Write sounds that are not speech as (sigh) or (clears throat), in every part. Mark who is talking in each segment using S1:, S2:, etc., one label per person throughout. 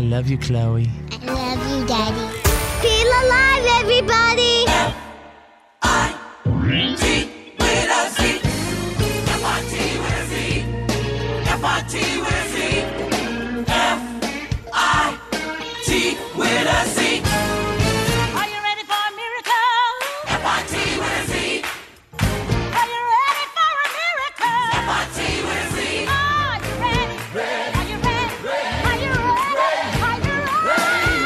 S1: love you, Chloe.
S2: I love you, Daddy. Feel alive, everybody!
S3: Are you ready for a miracle? Are you ready for a miracle? Are you ready? Are you ready? Are you ready? Are you ready?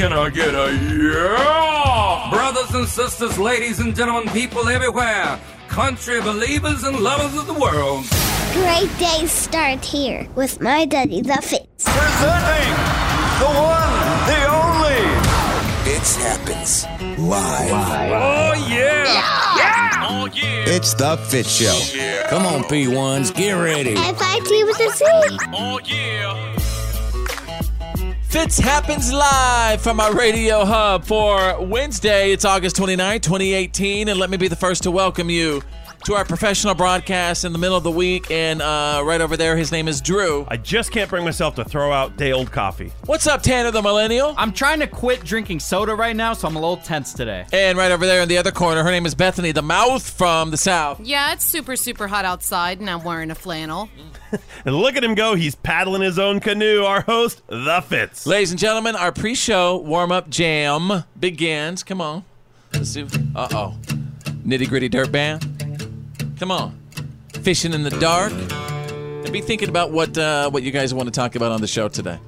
S4: Can I get a yeah? Brothers and sisters, ladies and gentlemen, people everywhere, country believers and lovers of the world.
S2: Great days start here with my daddy, the Fitz.
S5: Presenting the one, the only.
S6: It happens live.
S4: Oh yeah!
S6: It's the Fit Show. Come on, P1s, get ready.
S2: F-I-T with a C.
S7: Fitz happens live from our radio hub for Wednesday. It's August 29, 2018. And let me be the first to welcome you to our professional broadcast in the middle of the week. And uh, right over there, his name is Drew.
S8: I just can't bring myself to throw out day old coffee.
S7: What's up, Tanner the Millennial?
S9: I'm trying to quit drinking soda right now, so I'm a little tense today.
S7: And right over there in the other corner, her name is Bethany the Mouth from the South.
S10: Yeah, it's super, super hot outside, and I'm wearing a flannel.
S8: And look at him go. He's paddling his own canoe. Our host, The Fitz.
S7: Ladies and gentlemen, our pre show warm up jam begins. Come on. Let's do. Uh oh. Nitty gritty dirt band. Come on. Fishing in the dark. And be thinking about what uh, what you guys want to talk about on the show today.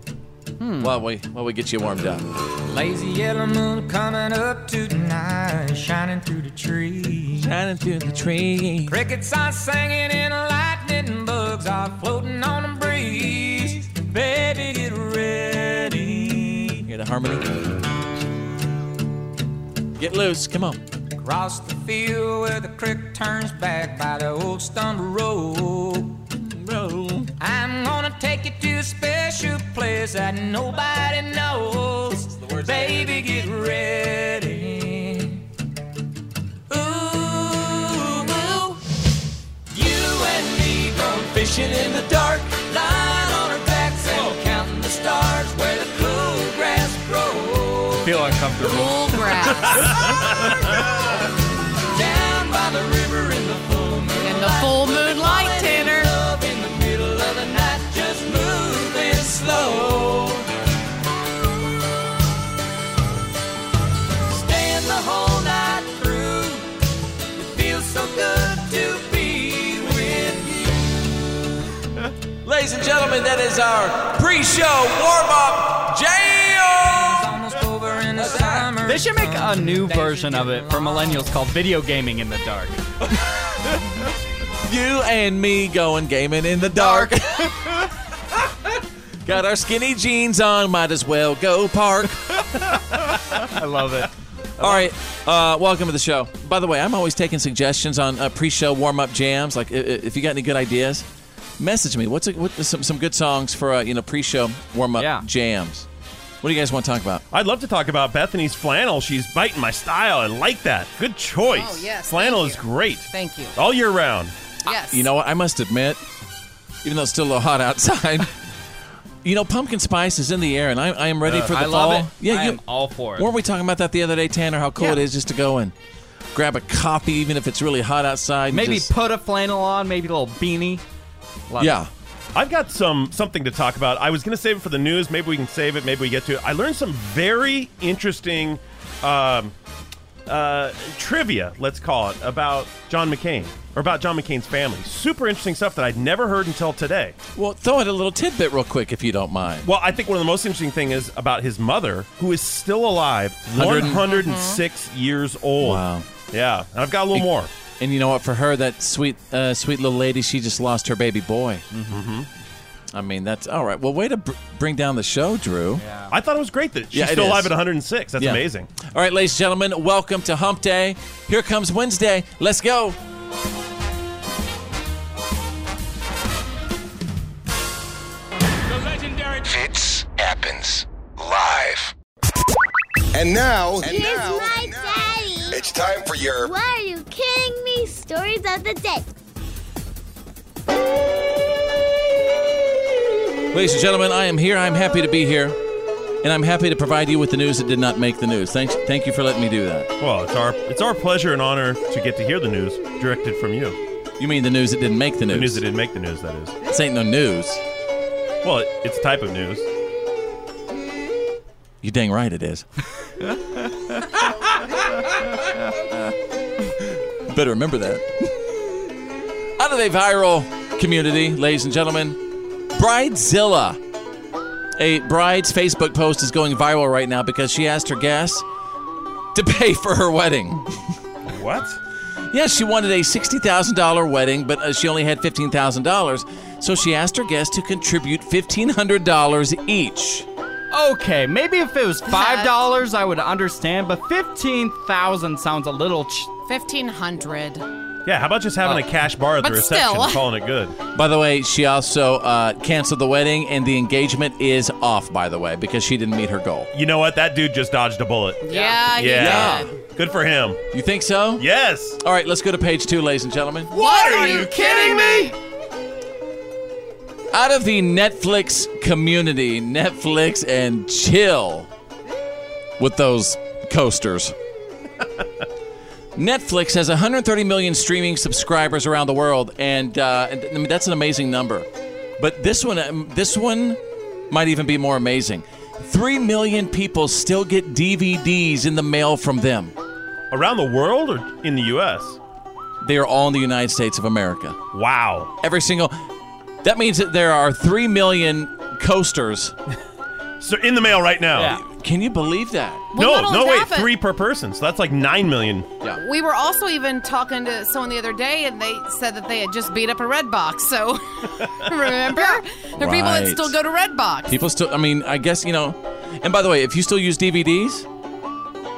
S7: While we while we get you warmed up.
S11: Lazy yellow moon coming up to tonight, shining through the trees.
S7: Shining through the tree.
S11: Crickets are singing and lightning bugs are floating on the breeze. Baby, get ready.
S7: Hear the harmony. Get loose. Come on.
S11: Cross the field where the creek turns back by the old stumble road.
S7: Roll.
S11: I'm gonna take you to a special place that nobody knows. Baby, get ready. Ooh, ooh. You and me going fishing in the dark, lying on our backs and counting the stars where the cool grass grows.
S8: feel uncomfortable.
S10: Full grass
S11: Down by the river in the full moon.
S10: and the full moonlight, Tanner.
S11: Love in the middle of the night, just moving slow. Staying the whole night through. It feels so good to be with you.
S7: Ladies and gentlemen, that is our pre-show warm-up jam.
S11: Almost over in
S7: (laughs)
S11: the summer.
S9: They should make a new version of it for millennials called Video Gaming in the Dark.
S7: You and me going gaming in the dark. (laughs) Got our skinny jeans on, might as well go park.
S9: I love it.
S7: All right, uh, welcome to the show. By the way, I'm always taking suggestions on uh, pre-show warm-up jams. Like, i- i- if you got any good ideas, message me. What's a, what, some some good songs for uh, you know pre-show warm-up
S9: Yeah.
S7: jams? What do you guys want to talk about?
S8: I'd love to talk about Bethany's flannel. She's biting my style. I like that. Good choice.
S10: Oh, yes.
S8: Flannel
S10: Thank
S8: is
S10: you.
S8: great.
S10: Thank you.
S8: All year round.
S10: Yes.
S7: You know what? I must admit, even though it's still a little
S8: (laughs)
S7: hot outside, you know, pumpkin spice is in the air, and I, I am ready for the
S9: I
S7: fall.
S9: love it.
S7: Yeah,
S9: I
S7: you,
S9: am all for it.
S7: weren't we talking about that the other day, Tanner? How cool it
S9: Yeah.
S7: is just to go and grab a coffee, even if it's really hot outside. and
S9: Maybe
S7: just-
S9: put a flannel on, maybe a little beanie. Love
S7: yeah.
S8: I've got some something to talk about. I was going to save it for the news. Maybe we can save it. Maybe we get to it. I learned some very interesting um, uh, trivia, let's call it, about John McCain or about John McCain's family. Super interesting stuff that I'd never heard until today.
S7: Well, throw in a little tidbit real quick if you don't mind.
S8: Well, I think one of the most interesting thing is about his mother, who is still alive,
S7: 100
S8: 106 years old.
S7: Wow.
S8: Yeah, and I've got a little more.
S7: And you know what? For her, that sweet, uh, sweet little lady, she just lost her baby boy. Mm-hmm. I mean, that's all right. Well, way to br- bring down the show, Drew.
S8: I thought it was great that she's
S7: Yeah, it
S8: still
S7: is.
S8: alive at 106. That's
S7: Yeah.
S8: amazing.
S7: All right, ladies and gentlemen, welcome to Hump Day. Here comes Wednesday. Let's go.
S6: Fits happens live. And now, and
S2: Here's
S6: now,
S2: my
S6: and now,
S2: daddy.
S6: it's time for your
S2: Why are you kidding me? Stories of the day.
S7: Ladies and gentlemen, I am here. I'm happy to be here. And I'm happy to provide you with the news that did not make the news. Thanks, thank you for letting me do that.
S8: Well, it's our it's our pleasure and honor to get to hear the news directed from you.
S7: You mean the news that didn't make the news?
S8: The news that didn't make the news, that is.
S7: This ain't no news.
S8: Well, it, it's a type of news.
S7: You dang right it is. (laughs) Better remember that. Out of the viral community, ladies and gentlemen, Bridezilla. A bride's Facebook post is going viral right now because she asked her guests to pay for her wedding.
S8: What?
S7: Yes, she wanted a $60,000 wedding, but uh, she only had $15,000. So she asked her guests to contribute $1,500 each.
S9: Okay, maybe if it was five dollars, I would understand. But fifteen thousand sounds a little. Ch-
S10: Fifteen hundred.
S8: Yeah, how about just having a cash bar at the
S10: But
S8: reception,
S10: still.
S8: and calling it good?
S7: Uh, By the way, she also uh, canceled the wedding, and the engagement is off, by the way, because she didn't meet her goal.
S8: You know what? That dude just dodged a bullet.
S10: Yeah. he
S8: Yeah.
S10: did.
S8: Good for him.
S7: You think so?
S8: Yes.
S7: All right, let's go to page two, ladies and gentlemen.
S10: What are you kidding me?
S7: Out of the Netflix community, Netflix and chill with those coasters. Netflix has 130 million streaming subscribers around the world, and, uh, and I mean, that's an amazing number. But this one, um, this one might even be more amazing. Three million people still get DVDs in the mail from them.
S8: Around the world or in the U.S.?
S7: They are all in the United States of America.
S8: Wow.
S7: Every single. That means that there are three million coasters.
S8: (laughs) So in the mail right now.
S7: Can you believe that?
S10: Well,
S8: no,
S10: not
S8: no,
S10: only
S8: wait,
S10: that, but-
S8: three per person. So that's like nine million.
S10: We were also even talking to someone the other day, and they said that they had just beat up a Red Box. So (laughs) remember, there are people that
S7: Right.
S10: still go to Red Box.
S7: People still, I mean, I guess, you know. And by the way, if you still use DVDs,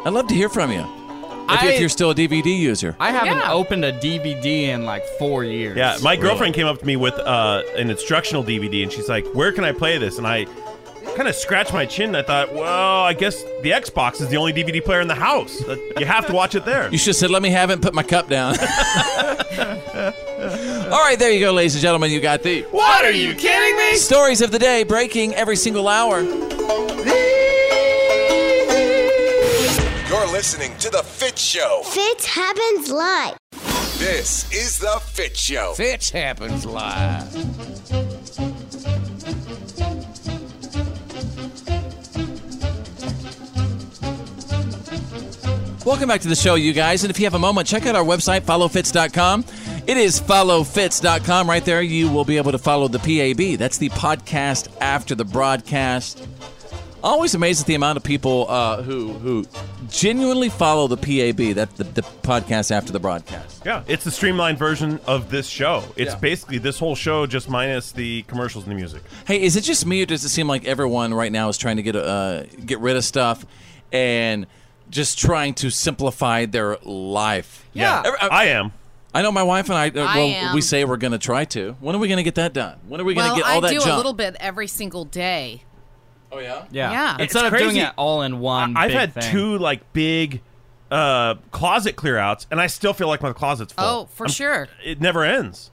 S7: I'd love to hear from you. If, you- if
S9: I-
S7: you're still a DVD user.
S9: I haven't
S10: Yeah.
S9: opened a DVD in like four years.
S8: Yeah, my girlfriend came up to me with uh, an instructional DVD, and she's like, "Where can I play this?" And I kind of scratched my chin. And I thought, well, I guess the Xbox is the only DVD player in the house. Uh, You have to watch it
S7: (laughs)
S8: there.
S7: You should have said, let me have it and put my cup down. (laughs) All right, there you go, ladies and gentlemen. You got the
S8: What are you kidding me?
S7: stories of the day breaking every single hour.
S6: You're listening to The Fit Show.
S2: Fits happens live.
S6: This is The Fit Show.
S11: Fitch happens live.
S7: Welcome back to the show, you guys. And if you have a moment, check out our website, followfits.com. It is followfits.com. Right there, you will be able to follow the PAB. That's the podcast after the broadcast. Always amazed at the amount of people uh, who who genuinely follow the PAB. That's the, the podcast after the broadcast.
S8: Yeah, it's the streamlined version of this show. It's basically this whole show just minus the commercials and the music.
S7: Hey, is it just me, or does it seem like everyone right now is trying to get uh, get rid of stuff and just trying to simplify their life?
S9: Yeah.
S7: Every- uh,
S8: I am.
S7: I know my wife and I. Uh,
S10: I
S7: well,
S10: am.
S7: we say we're going to try to. When are we going to get that done? When are we going
S10: well,
S7: to get all
S10: I
S7: that
S10: do
S7: junk?
S10: a little bit every single day.
S7: oh yeah.
S9: Yeah.
S10: Yeah. It's
S9: Instead of doing
S8: crazy.
S9: it all in one.
S8: I've
S9: big
S8: had
S9: thing.
S8: two like big uh, closet clearouts, and I still feel like my closet's full.
S10: Oh, for sure.
S8: It never ends.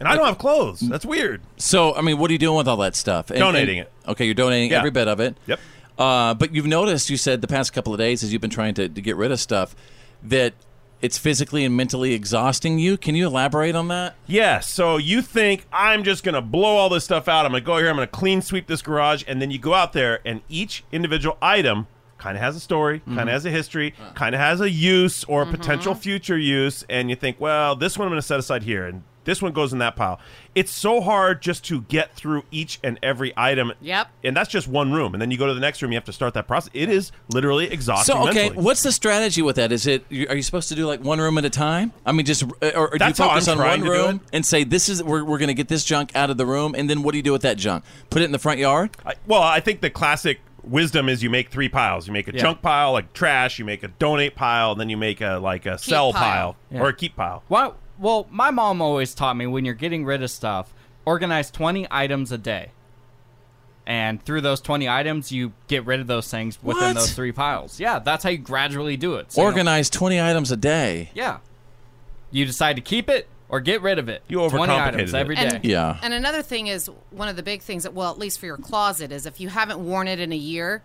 S8: And I don't have clothes. That's weird.
S7: So I mean, what are you doing with all that stuff? And-
S8: Donating
S7: and-
S8: it.
S7: Okay, you're donating
S8: Yeah.
S7: every bit of it.
S8: Yep.
S7: Uh, but you've noticed, you said the past couple of days, as you've been trying to, to get rid of stuff, that it's physically and mentally exhausting you. Can you elaborate on that?
S8: Yeah, so you think I'm just gonna blow all this stuff out. I'm gonna go here, I'm gonna clean sweep this garage, and then you go out there and each individual item kinda has a story,
S7: Mm-hmm.
S8: kinda has a history,
S7: Uh.
S8: kinda has a use or a potential future use, and you think, well, this one I'm gonna set aside here and this one goes in that pile. It's so hard just to get through each and every item.
S10: Yep.
S8: And that's just one room. And then you go to the next room, you have to start that process. It is literally exhausting.
S7: So okay,
S8: mentally.
S7: what's the strategy with that? Is it you- are you supposed to do like one room at a time? I mean, just or, or do you
S8: That's how
S7: focus
S8: I'm
S7: on one
S8: trying to do
S7: room and say this is we're we're going to get this junk out of the room, and then what do you do with that junk? Put it in the front yard.
S8: I, well, I think the classic wisdom is you make three piles. You make a junk pile, like trash. You make a donate pile, and then you make a like a sell
S10: pile.
S8: pile, or a keep pile.
S9: Why, well, my mom always taught me when you're getting rid of stuff, organize 20 items a day. And through those 20 items, you get rid of those things within
S7: What?
S9: those three piles. Yeah, that's how you gradually do it. So you don't-
S7: Organize 20 items a day.
S9: yeah. You decide to keep it or get rid of it. You 20 items
S8: overcomplicated
S9: every
S8: it.
S9: day.
S10: And, And another thing is one of the big things that, well, at least for your closet, is if you haven't worn it in a year,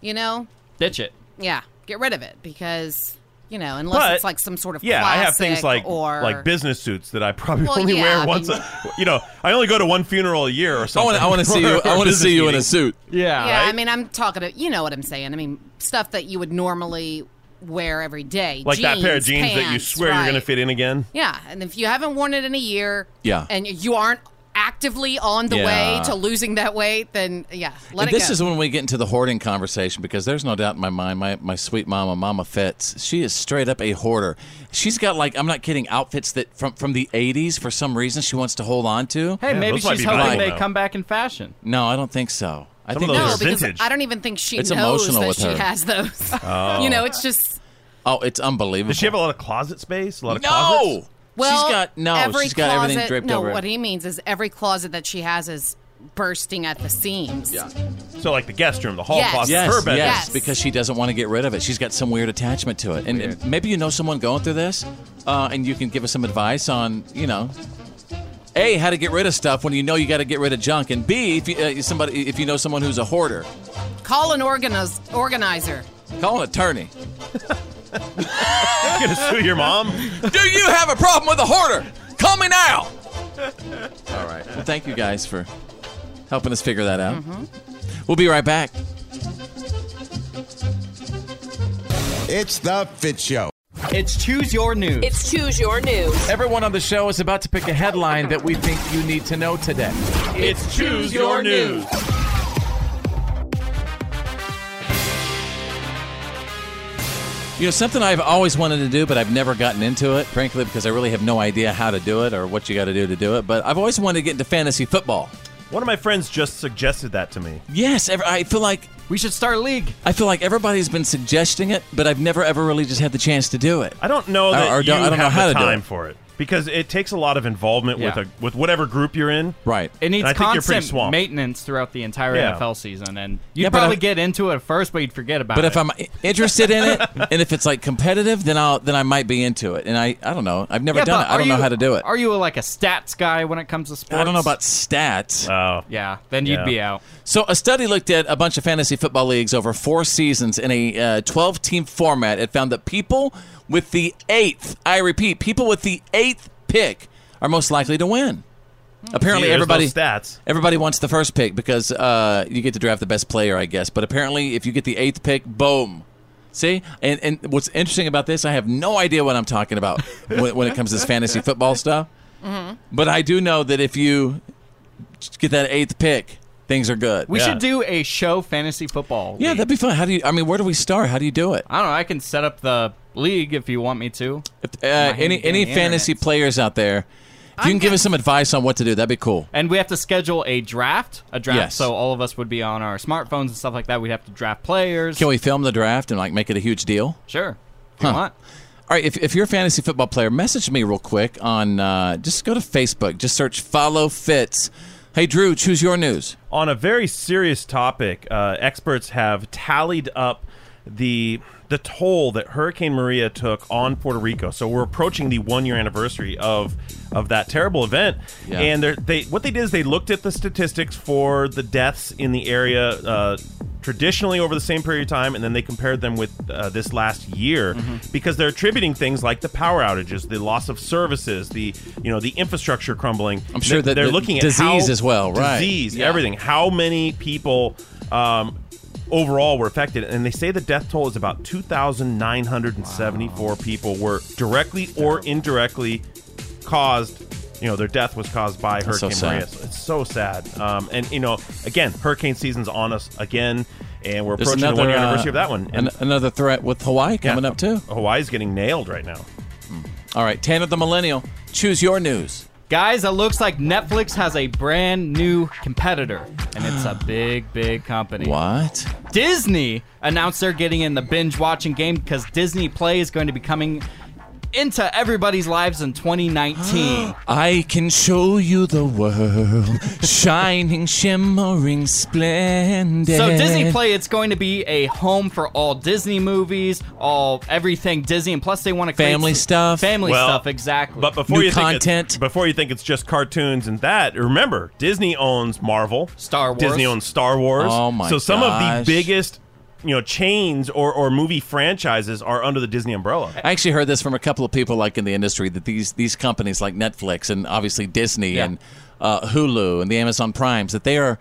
S10: you know,
S9: Ditch it.
S10: yeah, get rid of it because you know, unless
S8: But-
S10: it's like some sort of
S8: yeah, I have things
S10: classic
S8: like
S10: or
S8: like business suits that I probably
S10: Well,
S8: only
S10: yeah, I
S8: wear once.
S10: mean-
S8: a, you know, I only go to one funeral a year or
S7: I
S8: something.
S7: want to. I want to see
S8: (laughs)
S7: you. I want to see you in a suit.
S9: Yeah.
S10: Yeah, I mean, I'm talking to you know what I'm saying. I mean, stuff that you would normally wear every day,
S8: like that pair of jeans
S10: jeans,
S8: that you
S10: pants,
S8: swear you're going
S10: right.
S8: to fit in again.
S10: Yeah, and if you haven't worn it in a year,
S7: Yeah.
S10: and you aren't actively on the
S7: Yeah.
S10: way to losing that weight, then yeah, let
S7: And
S10: it
S7: this
S10: go.
S7: is when we get into the hoarding conversation because there's no doubt in my mind, my, my sweet mama, Mama Fitz, she is straight up a hoarder. She's got like, I'm not kidding, outfits that from, from the 80s for some reason she wants to hold on to.
S9: Hey, maybe
S8: those might
S9: she's
S8: be
S9: hoping
S7: valuable,
S9: they
S8: though.
S9: come back in fashion.
S7: No, I don't think so. I
S8: Some
S7: think
S8: of those
S10: no,
S8: are
S7: there's-
S10: because
S8: vintage.
S10: I don't even think she
S7: It's
S10: knows
S7: emotional
S10: that
S7: with
S10: she
S7: her.
S10: has those. (laughs)
S8: Oh.
S10: You know, it's just
S7: oh, it's unbelievable.
S8: Does she have a lot of closet space? A lot of
S7: no,
S8: closets?
S10: well,
S7: she's got no,
S10: every
S7: she's got
S10: closet,
S7: everything draped
S10: no,
S7: over. her.
S10: what he means is every closet that she has is bursting at the seams. Yeah.
S8: So like the guest room, the hall
S10: Yes.
S8: closet,
S7: Yes,
S8: her bedroom.
S7: yes,
S10: Yes.
S7: because she doesn't want to get rid of it. She's got some weird attachment to it, and and maybe you know someone going through this, uh, and you can give us some advice on, you know, a how to get rid of stuff when you know you got to get rid of junk, and b if you, uh, somebody if you know someone who's a hoarder,
S10: Call an organiz- organizer.
S7: call
S8: (laughs)
S7: an attorney.
S8: You're going to sue your mom?
S7: Do you have a problem with a hoarder? Call me now. All right. Well, thank you guys for helping us figure that out. Mm-hmm. We'll be right back.
S6: It's the Fit Show.
S9: It's choose your news.
S1: It's Choose Your News.
S7: Everyone on the show is about to pick a headline that we think you need to know today.
S8: It's Choose Your News.
S7: You know, something I've always wanted to do, but I've never gotten into it, frankly, because I really have no idea how to do it or what you got to do to do it. But I've always wanted to get into fantasy football.
S8: One of my friends just suggested that to me.
S7: Yes, ev- I feel like
S9: we should start a league.
S7: I feel like everybody's been suggesting it, but I've never ever really just had the chance to do it.
S8: I don't know
S7: Or-
S8: that
S7: or
S8: you
S7: don't- I don't know
S8: have
S7: how
S8: the
S7: to do
S8: time
S7: it.
S8: for it because it takes a lot of involvement
S9: Yeah.
S8: with a with whatever group you're in.
S7: Right.
S9: It needs
S8: I think you're pretty
S9: constant
S8: swamped.
S9: maintenance throughout the entire
S8: Yeah.
S9: NFL season, and you'd
S7: Yeah, but
S9: probably
S7: I-
S9: get into it at first, but you'd forget about
S7: But
S9: it.
S7: if I'm interested in it, and if it's like competitive, then I'll then I might be into it. And I I don't know. I've never
S9: Yeah,
S7: done
S9: but
S7: it. I don't
S9: are
S7: know
S9: you-
S7: how to do it.
S9: Are you like a stats guy when it comes to sports?
S7: I don't know about stats.
S8: Oh,
S9: Yeah, then you'd
S8: Yeah.
S9: be out.
S7: So, a study looked at a bunch of fantasy football leagues over four seasons in a 12 team format. It found that people with the eighth, I repeat, people with the eighth pick are most likely to win. Apparently,
S8: Hmm. See, there's
S7: everybody
S8: those stats.
S7: everybody wants the first pick because uh, you get to draft the best player, I guess. But apparently, if you get the eighth pick, boom. See, and and what's interesting about this, I have no idea what I'm talking about (laughs) when, when it comes to this fantasy football stuff.
S9: Mm-hmm.
S7: But I do know that if you get that eighth pick, things are good.
S9: We
S8: Yeah.
S9: should do a show fantasy football.
S7: Yeah,
S9: league.
S7: that'd be fun. How do you? I mean, where do we start? How do you do it?
S9: I don't know. I can set up the league if you want me to.
S7: Uh, any
S9: handy
S7: any
S9: dandy
S7: fantasy
S9: internet.
S7: players out there? If you can give us some advice on what to do, that'd be cool.
S9: And we have to schedule a draft, a draft.
S7: Yes.
S9: So all of us would be on our smartphones and stuff like that. We'd have to draft players.
S7: Can we film the draft and like make it a huge deal?
S9: Sure. If you
S7: Huh.
S9: want.
S7: All right, if, if you're a fantasy football player, message me real quick on uh, just go to Facebook, just search Follow Fits. Hey Drew, choose your news.
S8: on a very serious topic, uh, experts have tallied up the the toll that Hurricane Maria took on Puerto Rico. So we're approaching the one year anniversary of of that terrible event,
S7: Yeah.
S8: and they're- they what they did is they looked at the statistics for the deaths in the area. Uh, Traditionally, over the same period of time, and then they compared them with uh, this last year
S7: Mm-hmm.
S8: because they're attributing things like the power outages, the loss of services, the you know the infrastructure crumbling.
S7: I'm sure that
S8: they're
S7: the
S8: looking at
S7: disease
S8: how-
S7: as well, right.
S8: Disease,
S7: Yeah.
S8: everything how many people um, overall were affected and they say the death toll is about 2974 people were directly or indirectly caused you know their death was caused by
S7: That's so
S8: hurricane
S7: sad.
S8: maria So it's so sad um, and you know again hurricane season's on us again and we're approaching the one year anniversary of that one
S7: uh, an-
S8: and
S7: another threat with Hawaii coming up too.
S8: hawaii's getting nailed right now
S7: All right, Tanner the Millennial, choose your news.
S9: Guys, it looks like Netflix has a brand new competitor, and
S7: (gasps)
S9: it's a big, big company.
S7: What?
S9: Disney announced they're getting in the binge watching game because Disney Play is going to be coming into everybody's lives
S7: (gasps)
S9: in 2019.
S7: I can show you the world, shining, shimmering, splendid.
S9: So Disney Play, it's going to be a home for all Disney movies, all everything Disney, and plus they want to create
S7: Family
S9: some-
S7: stuff.
S9: family
S8: Well,
S9: stuff exactly.
S8: But before
S7: New
S8: you think it's,
S7: content.
S8: before you think it's just cartoons and that, remember Disney owns Marvel,
S9: Star Wars.
S8: Disney owns Star Wars.
S7: Oh my
S8: So some of
S7: gosh.
S8: the biggest, you know, chains or or movie franchises are under the Disney umbrella.
S7: I actually heard this from a couple of people like in the industry that these these companies like Netflix and obviously Disney
S9: Yeah.
S7: and uh, Hulu and the Amazon Primes that they are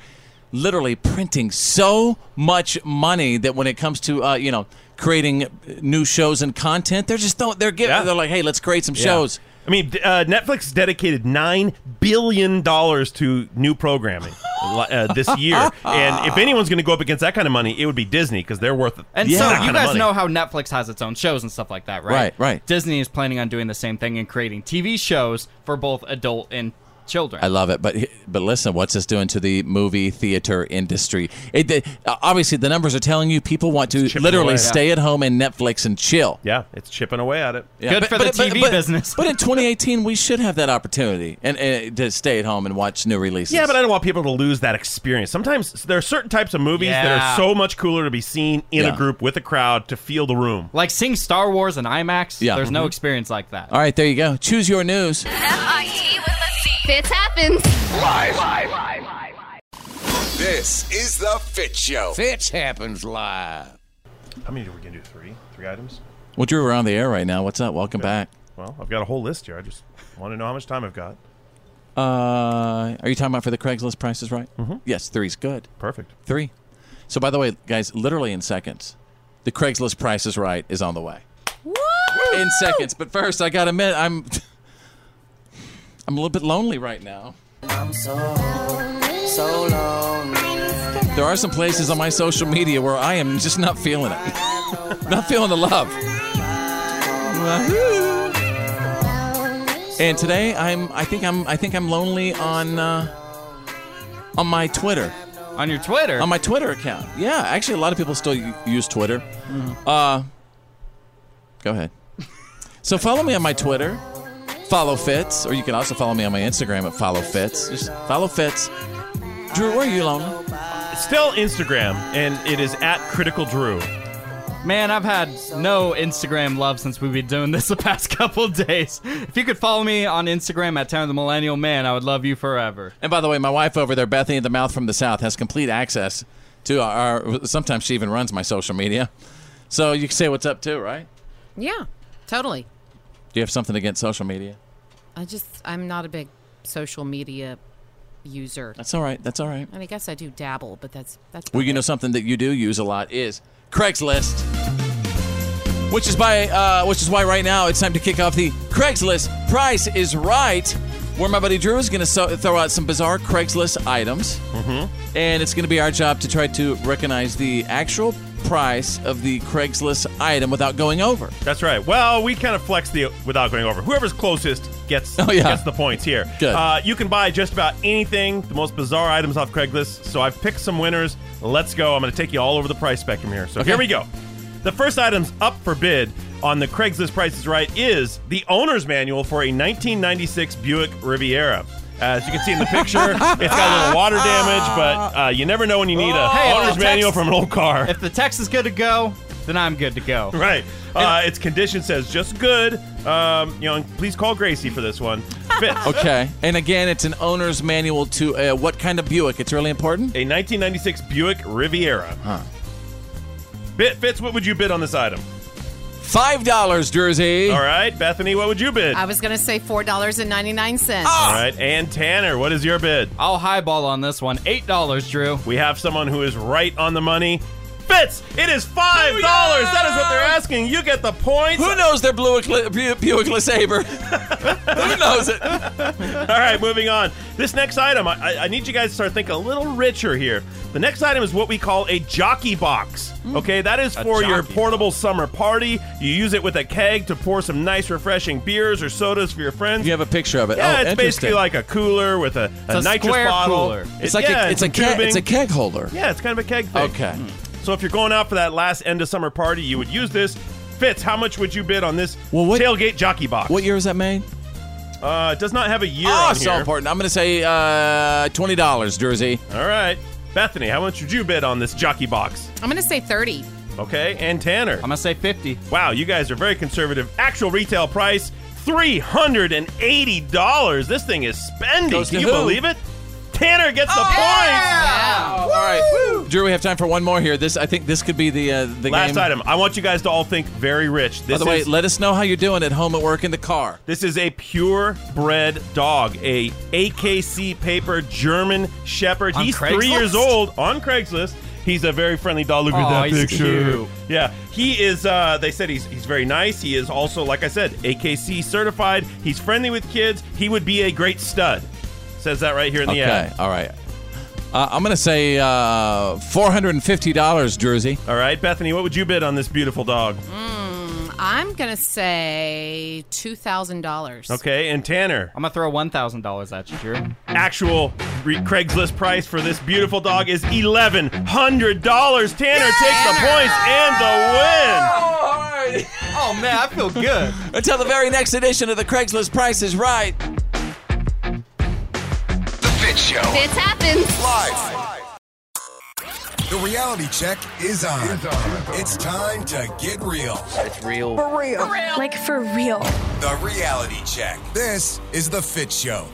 S7: literally printing so much money that when it comes to uh, you know creating new shows and content they're just don't they're giving
S8: Yeah.
S7: they're like hey let's create some shows
S8: I mean, d- uh, Netflix dedicated nine billion dollars to new programming li- uh,
S7: (laughs)
S8: this year, and if anyone's going to go up against that kind of money, it would be Disney because they're worth.
S9: and
S8: that
S9: so
S8: kind
S9: you
S8: of
S9: guys
S8: money.
S9: know how Netflix has its own shows and stuff like that, right?
S7: Right, right.
S9: Disney is planning on doing the same thing and creating TV shows for both adult and children.
S7: I love it, but but listen, what's this doing to the movie theater industry? It, the- obviously, the numbers are telling you people want to
S8: chipping
S7: literally
S8: away.
S7: stay at home and Netflix and chill.
S8: Yeah, it's chipping away at it.
S7: Yeah,
S9: Good for the TV business.
S7: But in 2018, we should have that opportunity and, and to stay at home and watch new releases.
S8: Yeah, but I don't want people to lose that experience. Sometimes there are certain types of movies that
S9: Yeah.
S8: are so much cooler to be seen in
S7: Yeah.
S8: a group with a crowd to feel the room.
S9: like seeing Star Wars in IMAX,
S7: Yeah. Mm-hmm.
S9: there's no experience like that.
S7: all right, there you go. Choose your news.
S3: Fits happens.
S6: This is the Fit Show.
S11: Fitch happens live.
S8: How many are we gonna do? Three, three items.
S7: Well, Drew, we're on the air right now. What's up? Welcome back.
S8: Well, I've got a whole list here. I just want to know how much time I've got.
S7: Uh, are you talking about for the Craigslist prices, right? Mm-hmm. Yes, three's good.
S8: Perfect.
S7: Three. So, by the way, guys, literally in seconds, the Craigslist Price is Right is on the way. Woo! In seconds. But first, I gotta admit, I'm (laughs) I'm a little bit lonely right now. I'm so so lonely. There are some places on my social media where I am just not feeling it, (laughs) not feeling the love. Wahoo. And today, I'm I think I'm I think I'm lonely on uh, on my Twitter
S9: On your Twitter,
S7: on my Twitter account. Yeah, actually, a lot of people still u- use Twitter.
S9: Mm-hmm.
S7: Uh, go ahead. So follow me on my Twitter, follow Fitz, or you can also follow me on my Instagram at follow Fitz. Just follow Fitz. Drew, where are you lonely?
S8: Still Instagram, and it is at Critical Drew.
S9: man, I've had no Instagram love since we've been doing this the past (laughs) couple days. If you could follow me on Instagram at Town of the Millennial Man, I would love you forever.
S7: And by the way, my wife over there, Bethany the Mouth from the South, has complete access to our. our sometimes she even runs my social media, so you can say what's up too, right?
S10: Yeah, totally.
S7: Do you have something against social media?
S10: I just, I'm not a big social media user.
S7: That's all right. That's all right.
S10: I, mean, I guess I do dabble, but that's that's.
S7: Well, you
S10: about
S7: know
S10: it.
S7: something that you do use a lot is Craigslist, which is by uh, which is why right now it's time to kick off the Craigslist Price is Right, where my buddy Drew is going to so- throw out some bizarre Craigslist items, mm-hmm. and it's going to be our job to try to recognize the actual price of the Craigslist item without going over.
S8: That's right. Well, we kind of flex the without going over. Whoever's closest gets
S7: Oh, yeah.
S8: gets the points here.
S7: Good.
S8: Uh, you can buy just about anything. The most bizarre items off Craigslist. So I've picked some winners. Let's go. I'm going to take you all over the price spectrum here. So
S7: Okay.
S8: here we go. The first item's up for bid on the Craigslist Price is Right is the owner's manual for a 1996 Buick Riviera. As you can see in the picture, it's got a little water damage, but uh, you never know when you need
S7: (laughs)
S8: a
S9: Hey,
S8: owner's
S9: I'll
S8: manual
S9: text-
S8: from an old car.
S9: If the text is good to go, then I'm good to go.
S8: (laughs) Right. Uh, its condition says just good. Um, you know, and please call Gracie for this one. Fitz,
S7: (laughs) Okay, and again, it's an owner's manual to uh, what kind of Buick. It's really important.
S8: a 1996 Buick Riviera. Huh. Bit, Fitz, what would you bid on this item?
S7: Five dollars, Jersey.
S8: All right, Bethany, what would you bid?
S10: I was gonna say four dollars and ninety nine cents.
S7: Oh!
S8: All right, and Tanner, what is your bid?
S9: I'll highball on this one. Eight dollars, Drew.
S8: We have someone who is right on the money. Fitz, it is five dollars. That is what they're asking. You get the points.
S7: Who knows their blue Ecl- Bu- Buick LeSabre? (laughs) Who knows it?
S8: All right, moving on. This next item, I, I- I need you guys to start thinking a little richer here. The next item is what we call a jockey box.
S7: Mm.
S8: Okay, that is for your
S9: jockey
S8: portable summer party. You use it with a keg to pour some nice, refreshing beers or sodas for your friends.
S7: You have a picture of it.
S8: yeah,
S7: oh,
S8: it's
S7: interesting.
S8: basically like a cooler with a, a
S9: It's a
S8: nitrous
S9: square
S8: bottle.
S9: cooler.
S7: it's like
S8: yeah,
S7: a,
S8: and
S7: it's a
S8: some
S7: keg, it's a
S8: tubing.
S7: keg holder.
S8: Yeah, it's kind of a keg thing.
S7: Okay.
S8: So if you're going out for that last end of summer party, you would use this. Fitz, how much would you bid on this tailgate jockey box?
S7: What year was that made?
S8: Uh, it does not have a year
S7: oh,
S8: on
S7: so
S8: here.
S7: important. I'm going to say uh, twenty dollars, Jersey.
S8: All right, Bethany, how much would you bid on this jockey box?
S10: I'm gonna say thirty.
S8: Okay, and Tanner. I'm
S9: gonna say fifty.
S8: Wow, you guys are very conservative. Actual retail price three hundred and eighty dollars. This thing is spendy.
S7: Goes to
S8: Can you
S7: who?
S8: believe it? Tanner gets
S10: Oh,
S8: the
S7: All right, Drew, we have time for one more here. This, I think, this could be the uh, the
S8: point. Last
S7: game.
S8: item. I want you guys to all think very rich.
S7: By
S8: This
S7: the way,
S8: is,
S7: let us know how you're doing at home, at work, in the car.
S8: This is a purebred dog, a AKC paper German Shepherd.
S7: On
S8: he's
S7: Craigslist?
S8: three years old on Craigslist. He's a very friendly dog. Look at
S7: Aw,
S8: that
S7: he's
S8: picture.
S7: cute.
S8: Yeah, he is. Uh, they said he's he's very nice. He is also, like I said, AKC certified. He's friendly with kids. He would be a great stud. Says that right here in the
S7: okay,
S8: ad.
S7: all right. Uh, I'm going to say uh, four hundred and fifty dollars, Jersey.
S8: All right, Bethany, what would you bid on this beautiful dog?
S10: Mm, I'm gonna say two thousand
S7: Oh.
S10: dollars.
S8: Okay, and Tanner.
S9: I'm gonna throw one thousand dollars at you, Drew.
S8: Actual re- Craigslist price for this beautiful dog is eleven hundred dollars. Tanner takes the points and the win.
S9: Oh man, I feel good.
S7: Until the very next edition of the Craigslist Price is Right.
S6: The Fit Show.
S3: Fitz happens.
S6: The reality check is on. It's, time to get real. It's real.
S1: For real. Like for real.
S6: The reality check. This is the Fit Show.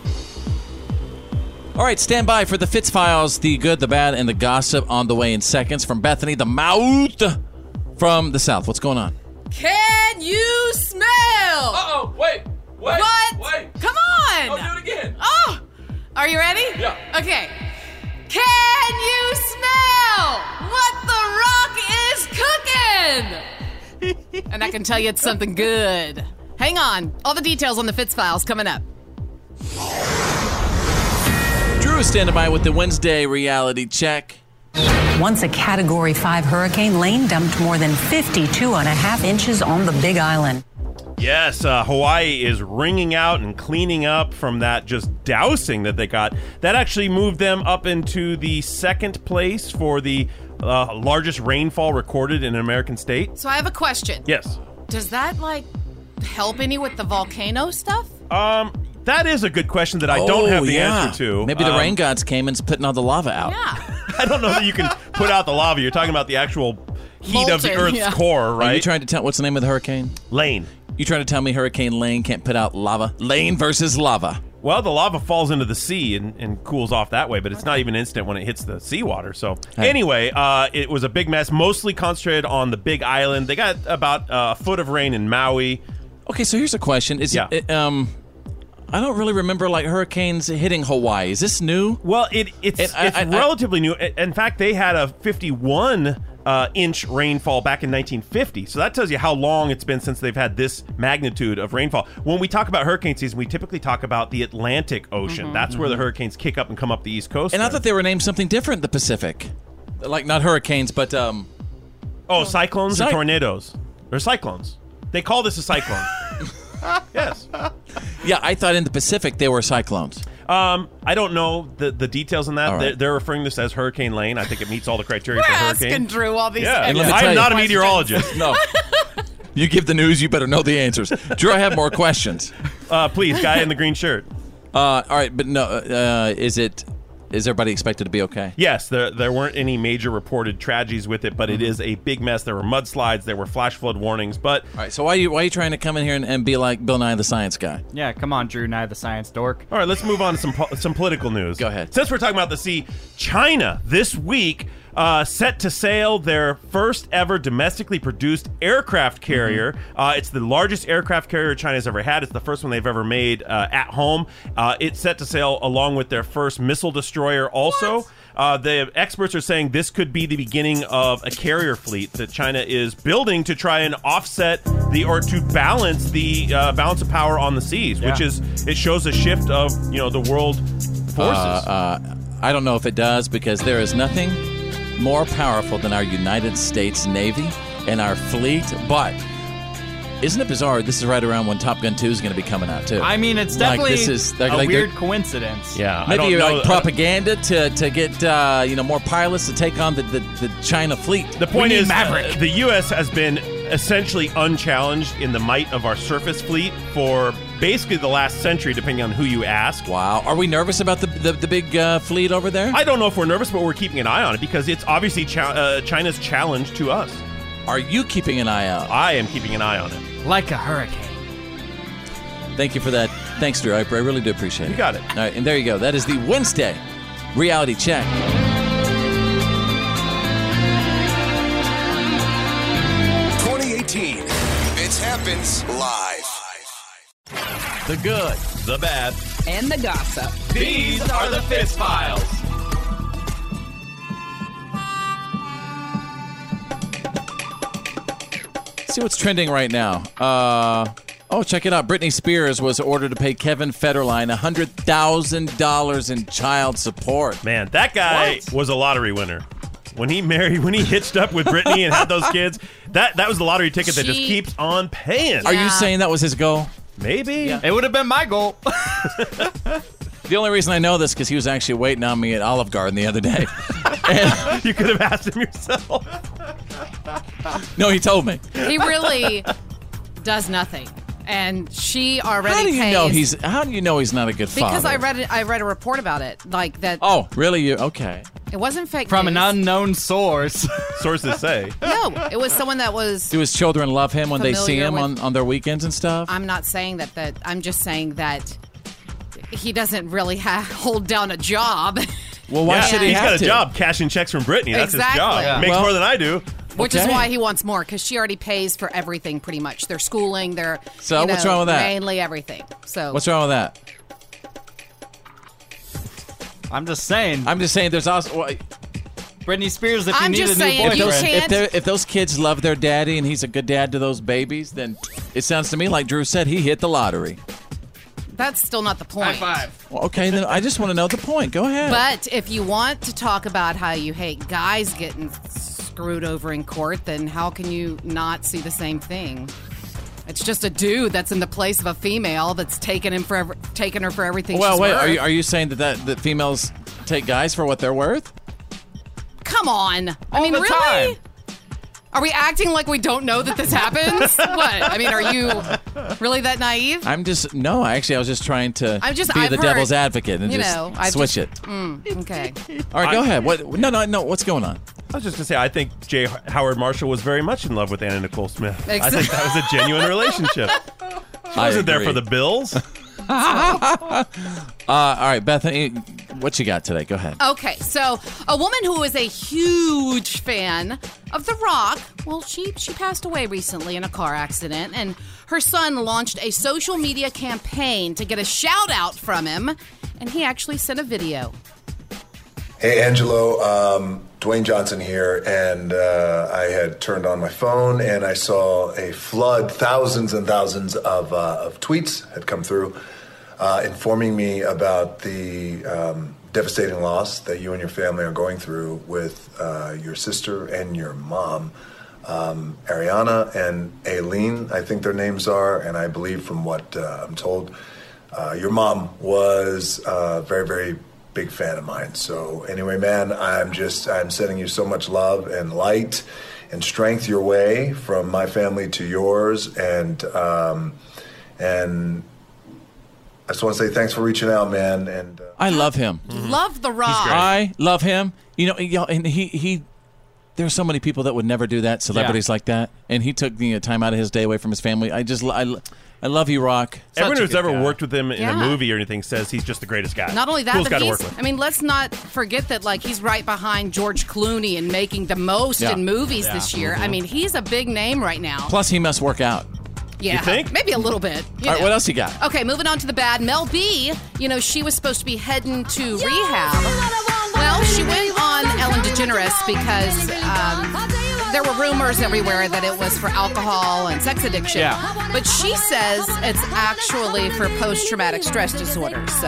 S7: All right, stand by for the Fitz Files, the good, the bad, and the gossip on the way in seconds from Bethany, the mouth from the South. What's going on?
S10: Can you smell? Uh
S7: oh, wait,
S10: wait. What? Wait. Come on! I'll do it again. Oh! Are you ready? Yeah. Okay. Can you smell what the rock is cooking? and I can tell you it's something good. Hang on. All the details on the Fitz files coming up.
S7: Drew is standing by with the Wednesday reality check.
S12: Once a Category 5 hurricane, Lane dumped more than 52 and a half inches on the Big Island.
S8: Yes, uh, Hawaii is wringing out and cleaning up from that just dousing that they got. That actually moved them up into the second place for the uh, largest rainfall recorded in an American state.
S10: So I have a question.
S8: Yes.
S10: Does that, like, help any with the volcano stuff?
S8: Um, that is a good question that I don't have the answer to.
S7: Oh, Maybe the
S8: Um,
S7: rain gods came and's putting all the lava out.
S8: (laughs) I don't know that you can put out the lava. You're talking about the actual heat of the Earth's core, right?
S7: Are you trying to tell what's the name of the hurricane?
S8: Lane.
S7: You trying to tell me Hurricane Lane can't put out lava? Lane versus lava.
S8: Well, the lava falls into the sea and, and cools off that way, but it's not even instant when it hits the seawater. So,
S7: Hey.
S8: anyway, uh, it was a big mess, mostly concentrated on the Big Island. They got about uh, a foot of rain in Maui.
S7: Okay, so here's a question: Is
S8: yeah.
S7: it, um, I don't really remember like hurricanes hitting Hawaii. Is this new?
S8: Well, it it's
S7: And I-
S8: it's
S7: I- I-
S8: relatively new. I- In fact, they had a 51 uh, inch rainfall back in 1950. So that tells you how long it's been since they've had this magnitude of rainfall. When we talk about hurricane season, we typically talk about the Atlantic Ocean. That's where the hurricanes kick up and come up the East Coast.
S7: And I
S8: then.
S7: thought they were named something different. The Pacific, like not hurricanes, but um,
S8: oh, cyclones and
S7: Cy-
S8: tornadoes or cyclones. They call this a
S7: (laughs)
S8: cyclone. yes.
S7: yeah, I thought in the Pacific they were cyclones.
S8: Um, I don't know the, the details on that.
S7: All right.
S8: They're, they're referring to this as Hurricane Lane. I think it meets all the criteria for hurricane.
S10: Asking Drew all these
S8: Yeah,
S10: extra
S8: and let me tell I'm you- not a (laughs) meteorologist.
S7: no. You give the news, you better know the (laughs) answers. Drew, I have more questions.
S8: Uh, please, guy in the green shirt.
S7: Uh, all right, but no, uh, is it? Is everybody expected to be okay?
S8: Yes, there, there weren't any major reported tragedies with it, but it is a big mess. There were mudslides, there were flash flood warnings, but
S7: All right, so why are you why are you trying to come in here and, and be like Bill Nye the Science Guy?
S9: Yeah, come on, Drew Nye, the science dork.
S8: all right, let's move on to some po- some political news. Go ahead. Since we're talking about the sea, China this week uh, set to sail their first ever domestically produced aircraft carrier. Uh, it's the largest aircraft carrier China's ever had. It's the first one they've ever made uh, at home. Uh, it's set to sail along with their first missile destroyer. Also. Uh, the experts are saying this could be the beginning of a carrier fleet that China is building to try and offset the or to balance the uh, balance of power on the seas, which
S7: Yeah.
S8: is it shows a shift of you know the world forces.
S7: Uh, uh, I don't know if it does because there is nothing more powerful than our United States Navy and our fleet. But isn't it bizarre? This is right around when Top Gun Two is going to be coming out too.
S9: I mean, it's
S7: Like,
S9: definitely
S7: this is like,
S9: a
S7: like they're-
S9: weird coincidence.
S8: Yeah,
S7: Maybe like propaganda to, to get uh, you know more pilots to take on the, the, the China fleet.
S8: The point is, uh, the U.S. has been essentially unchallenged in the might of our surface fleet for basically the last century, depending on who you ask.
S7: Wow. Are we nervous about the, the, the big uh, fleet over there?
S8: I don't know if we're nervous, but we're keeping an eye on it because it's obviously cha- uh, China's challenge to us.
S7: Are you keeping an eye out?
S8: I am keeping an eye on it.
S9: Like a hurricane.
S7: Thank you for that. Thanks, Drew. I, I really do appreciate it. You
S8: got it.
S7: All right, and there you go. That is the Wednesday reality check.
S6: It happens live.
S7: The good,
S8: the bad,
S13: and the gossip.
S3: These are the Fist
S7: Files. See what's trending right now. Uh, oh, check it out. Britney Spears was ordered to pay Kevin Federline $100,000 in child support.
S8: Man, that guy was a lottery winner. When he married, when he hitched up with Brittany and had
S7: (laughs)
S8: those kids, that that was the lottery ticket that just
S7: She-
S8: keeps on paying.
S7: Are you saying that was his goal?
S8: Maybe.
S9: It would have been my goal.
S7: The only reason I know this because he was actually waiting on me at Olive Garden the
S8: (laughs)
S7: other day.
S8: you could have asked him yourself.
S7: no, he told me.
S10: (laughs) He really does nothing, and she already.
S7: How do you
S10: pays-
S7: know he's? How do you know he's not a good
S10: Because
S7: father?
S10: I read it, I read a report about it, like that.
S7: Oh, really? You okay?
S10: It wasn't fake
S9: From an
S10: news.
S7: (laughs)
S9: unknown source.
S8: Sources say.
S10: No, it was someone that was.
S7: Do his children love him when they see
S10: Familiar
S7: him
S10: with-
S7: on, on their weekends and stuff?
S10: I'm not saying that. That I'm just saying that he doesn't really ha- hold down a job, (laughs)
S7: Well, why
S8: Yeah,
S7: should he
S8: He's
S7: have
S8: got a
S7: to?
S8: job cashing checks from Brittany. That's his job.
S10: Exactly. Yeah.
S8: Makes
S10: Well-
S8: more than I do.
S10: which is why he wants more because she already pays for everything pretty much. Their schooling, their
S7: So,
S10: you
S7: what's
S10: know,
S7: wrong with that?
S10: Mainly everything. So
S7: What's wrong with that?
S9: I'm just saying.
S7: I'm just saying. There's also. Well,
S9: Britney Spears, if you
S10: I'm
S9: need
S10: just
S9: a new
S10: saying,
S9: boyfriend.
S10: you
S7: if,
S10: can't-
S7: they're- if those kids love their daddy and he's a good dad to those babies, then it sounds to me like Drew said he hit the lottery.
S10: That's still not the point. High five.
S7: Well, okay, then I just want to know the point. Go ahead.
S10: But if you want to talk about how you hate guys getting screwed over in court, then how can you not see the same thing? It's just a dude that's in the place of a female that's taking him for ev- taking her for everything.
S7: well,
S10: she's
S7: wait.
S10: worth.
S7: Are you are you saying that, that that females take guys for what they're worth?
S10: Come on. I mean,
S7: the time.
S10: really? Are we acting like we don't know that
S7: (laughs)
S10: this happens? what? I mean, are you really that naive?
S7: I'm just no. Actually, I was just trying to
S10: I'm just-
S7: be
S10: I've
S7: the
S10: heard-
S7: devil's advocate and
S10: you
S7: just
S10: know, I've
S7: switch
S10: just-
S7: it.
S10: Mm, okay.
S7: All right,
S8: I-
S7: go ahead. What? No, no, no. What's going on?
S8: I was just gonna say, I think J. Howard Marshall was very much in love with Anna Nicole Smith. I think that was a
S10: (laughs)
S8: genuine relationship. She
S7: I
S8: wasn't there
S7: agree.
S8: for the bills.
S7: (laughs) Uh, all right, Bethany, what you got today? Go ahead.
S10: Okay, so a woman who is a huge fan of The Rock, well, she she passed away recently in a car accident, and her son launched a social media campaign to get a shout out from him, and he actually sent a video.
S14: Hey, Angelo. Um, Dwayne Johnson here, and uh, I had turned on my phone and I saw a flood, thousands and thousands of, uh, of tweets had come through uh, informing me about the um, devastating loss that you and your family are going through with uh, your sister and your mom, um, Ariana and Aileen, I think their names are, and I believe from what uh, I'm told, uh, your mom was a very, very big fan of mine. So anyway, man, I'm just I'm sending you so much love and light and strength your way from my family to yours, and um, and I just want to say thanks for reaching out, man. And uh,
S7: I love him.
S10: Love The Rock.
S7: I love him. You know, y'all, and he he. There's so many people that would never do that. Celebrities like that, and he took the you know, time out of his day away from his family. I just I, I love you, Rock.
S8: Everyone
S7: Such a
S8: who's
S7: good
S8: ever
S7: guy.
S8: worked with him in
S10: Yeah.
S8: a movie or anything says he's just the greatest guy.
S10: Not only that,
S8: Coolest
S10: but
S8: guy to
S10: he's,
S8: work with.
S10: I mean, let's not forget that like he's right behind George Clooney and making the most
S7: Yeah.
S10: in movies
S7: Yeah.
S10: this year. I
S7: Mhm.
S10: mean, he's a big name right now.
S7: Plus, he must work out.
S10: yeah,
S7: think?
S10: maybe a little bit. you
S7: All right,
S10: know.
S7: what else you got?
S10: Okay, moving on to the bad. Mel B, you know, she was supposed to be heading to rehab. Well, she went on Ellen DeGeneres because um, there were rumors everywhere that it was for alcohol and sex addiction.
S3: Yeah.
S10: But she says it's actually for post traumatic stress disorder. So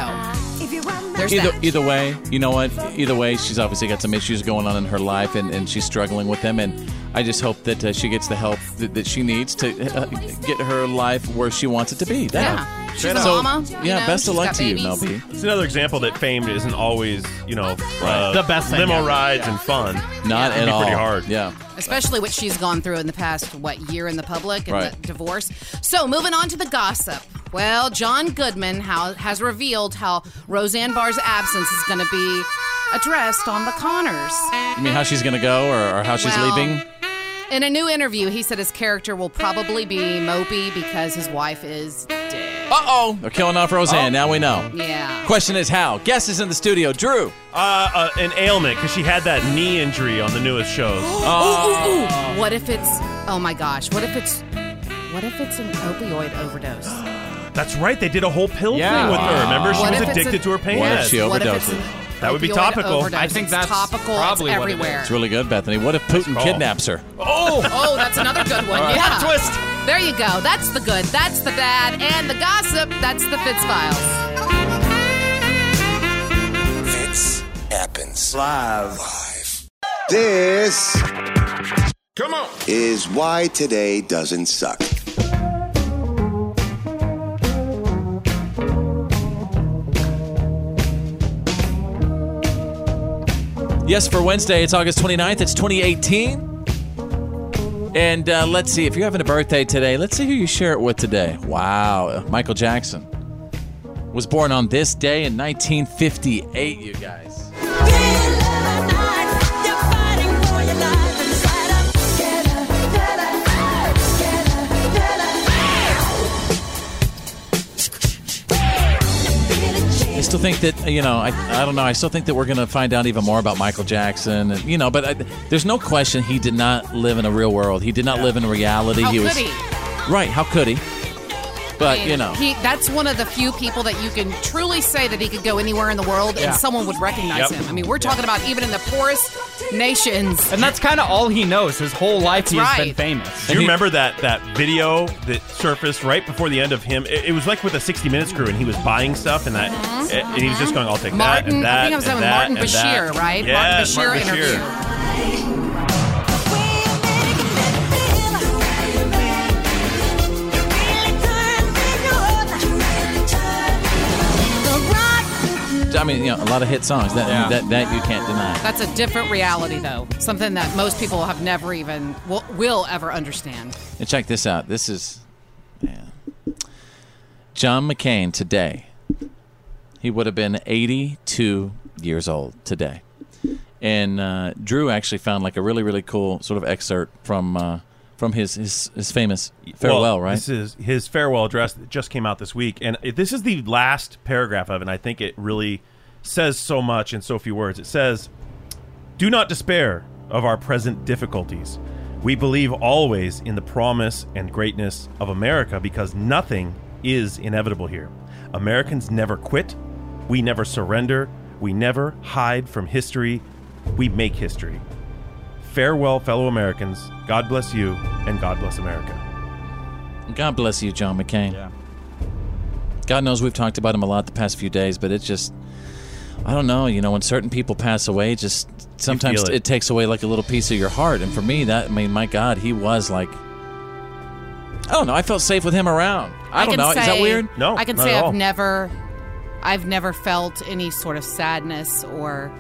S10: there's
S7: either,
S10: that.
S7: either way, you know what? Either way, she's obviously got some issues going on in her life, and, and she's struggling with them. And I just hope that uh, she gets the help that, that she needs to uh, get her life where she wants it to be. That-
S10: Yeah. She's a
S7: So,
S10: mama,
S7: Yeah,
S10: you know,
S7: best of
S10: she's
S7: luck
S10: got
S7: to you, Mel
S10: babies.
S7: B.
S8: It's another example that fame isn't always, you know, uh,
S7: The best thing
S8: limo
S7: ever.
S8: rides and fun.
S7: Not
S8: It'd
S7: at
S8: be
S7: all.
S8: Pretty hard.
S7: Yeah.
S10: Especially what she's gone through in the past, what, year in the public and
S7: Right.
S10: the divorce. So, moving on to the gossip. Well, John Goodman how, has revealed how Roseanne Barr's absence is going to be addressed on The Connors.
S7: You mean how she's gonna go, or, or how she's
S10: Well,
S7: leaving?
S10: In a new interview, he said his character will probably be mopey because his wife is dead.
S7: Uh oh. They're killing off Roseanne. Now we know.
S10: Yeah.
S7: Question is how. Guess is in the studio. Drew.
S8: Uh, uh, an ailment because she had that knee injury on the newest
S7: (gasps)
S8: shows.
S10: Uh.
S7: Uh,
S10: Ooh, ooh, ooh. What if it's? Oh my gosh! What if it's? What if it's an opioid overdose?
S8: That's right. They did a whole pill
S9: Yeah.
S8: thing with her. Remember, she
S10: What if
S8: was
S10: it's
S8: addicted
S10: a-
S8: to her pain
S7: What if
S8: meds.
S7: she What if overdoses? it's
S8: That would be
S10: opioid
S8: topical.
S10: overdose? I think It's that's topical, it's probably what it everywhere.
S7: It's really good, Bethany. What if Putin kidnaps her?
S10: Oh, oh, that's another good one.
S7: All right.
S10: Yeah,
S7: Plot twist.
S10: There you go. That's the good. That's the bad, and the gossip. That's the Fitz files.
S6: Fits happens live. Live. This. Come on. Is why today doesn't suck.
S7: Yes, for Wednesday, it's August 29th. It's 2018. And uh, let's see, if you're having a birthday today, let's see who you share it with today. Wow, Michael Jackson was born on this day in 1958, you guys. I still think that you know I, I don't know I still think that we're gonna find out even more about Michael Jackson and, you know but I, there's no question he did not live in a real world he did not live in reality
S10: How
S7: he
S10: could
S7: was
S10: he?
S7: right how could he but you know
S10: he, that's one of the few people that you can truly say that he could go anywhere in the world
S7: Yeah.
S10: and someone would
S7: Yep.
S10: recognize him. I mean, we're talking about even in the poorest nations.
S9: And that's kind of all he knows. His whole life
S10: That's
S9: he has
S10: right.
S9: been famous.
S8: Do you remember that that video that surfaced right before the end of him? It, it was like with a 60 Minutes crew, and he was buying stuff, and that, and he was just going, "I'll take that
S10: Mm-hmm. Martin,
S8: and that
S10: I think I was
S8: and
S10: having
S8: that
S10: Martin
S8: and that."
S10: Bashir, right?
S8: Yes,
S10: Martin Bashir interview.
S7: I mean you know a lot of hit songs that
S10: Yeah.
S7: that, that you can't deny
S10: That's a different reality, though. Something that most people have never even will, will ever understand.
S7: and check this out this is man. John McCain today he would have been 82 years old today and uh, Drew actually found like a really really cool sort of excerpt from uh, from his, his his famous farewell
S8: Well,
S7: right
S8: This is his farewell address that just came out this week, and it- this is the last paragraph of it. And I think it really says so much in so few words. It says, "Do not despair of our present difficulties. We believe always in the promise and greatness of America because nothing is inevitable here. Americans never quit. We never surrender. We never hide from history. We make history." Farewell, fellow Americans. God bless you, and God bless America.
S7: God bless you, John McCain. Yeah. God knows we've talked about him a lot the past few days, but it's just, I don't know. You know, when certain people pass away, it just sometimes
S8: feel
S7: it.
S8: it.
S7: takes away like a little piece of your heart. And for me, that I mean, my God, he was like, I don't know. I felt safe with him around. I, don't
S10: can
S7: know. Is that
S10: say-
S7: weird?
S10: I can say I've never, I've never felt any sort of sadness or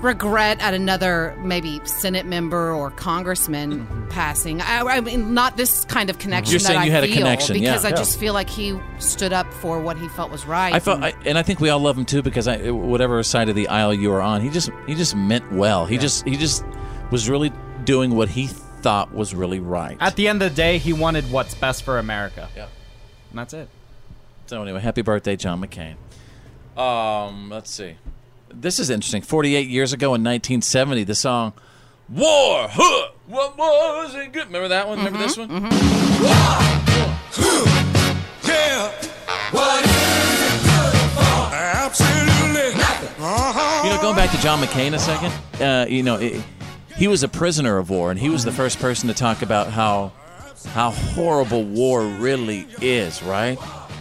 S10: regret at another maybe Senate member or congressman passing. I, I mean, not this kind of connection.
S7: You're
S10: that
S7: saying
S10: I
S7: you had a
S10: feel,
S7: connection, yeah.
S10: because I
S7: Yeah.
S10: just feel like he stood up for what he felt was right.
S7: I felt, I, and I think we all love him too because I, whatever side of the aisle you were on, he just he just meant well. He just he just was really doing what he thought was really right.
S9: At the end of the day, he wanted what's best for America. Yeah. And that's it.
S7: So anyway, happy birthday, John McCain. Um, let's see. This is interesting. 48 years ago in 1970, the song War, huh, what war was it good? Remember that one? Remember this one?
S10: Mm-hmm,
S6: Yeah. What is it good for? Absolutely nothing.
S7: You know, going back to John McCain a second, uh, you know, it, he was a prisoner of war, and he was the first person to talk about how how horrible war really is. Right?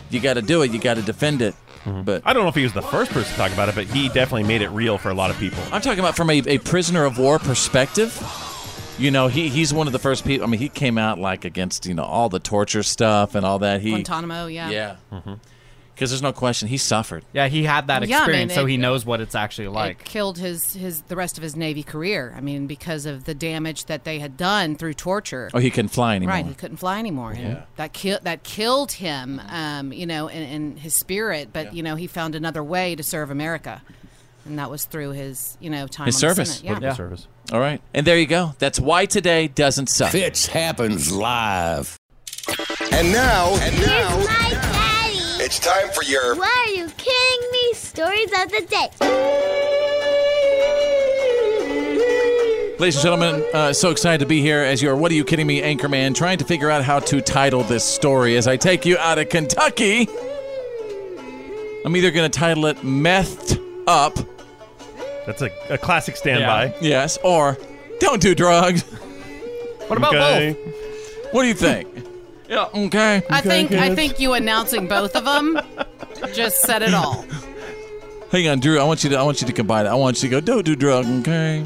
S7: You got to do it. You got to defend it. But
S8: Mm-hmm. I don't know if he was the first person to talk about it, but he definitely made it real for a lot of people.
S7: I'm talking about from a, a prisoner of war perspective. You know, he he's one of the first people. I mean, he came out like against you know all the torture stuff and all that. He
S10: Guantanamo, yeah.
S7: yeah, because Mm-hmm. there's no question he suffered.
S9: Yeah, he had that
S10: Yeah, I mean,
S9: experience, so
S10: it-
S9: he knows what it's actually like.
S10: killed his his the rest of his Navy career. I mean, because of the damage that they had done through torture.
S7: Oh, he couldn't fly anymore.
S10: Right, he couldn't fly anymore. And
S7: Yeah.
S10: that ki- that killed him. Um, you know, in, in his spirit, but you know, he found another way to serve America, and that was through his you know time
S7: His
S10: on
S7: service.
S10: The Senate. Yeah.
S8: service.
S7: All right, and there you go. That's why today doesn't suck.
S6: Fitch happens live.
S5: And now, and now,
S2: My daddy.
S5: it's time for your.
S2: Why are you kidding me? Stories of the day.
S7: Ladies and gentlemen, uh, so excited to be here as your What Are You Kidding Me anchorman, trying to figure out how to title this story as I take you out of Kentucky. I'm either going to title it Methed Up.
S8: That's a, a classic standby.
S7: Yes, or Don't Do
S8: (laughs)
S7: Drugs. What
S8: about Okay.
S7: both? What do you think? yeah. Okay.
S10: I think I think you announcing both of them just said it all.
S7: Hang on, Drew. I want you to I want you to combine it. I want you to go don't do drugs, okay?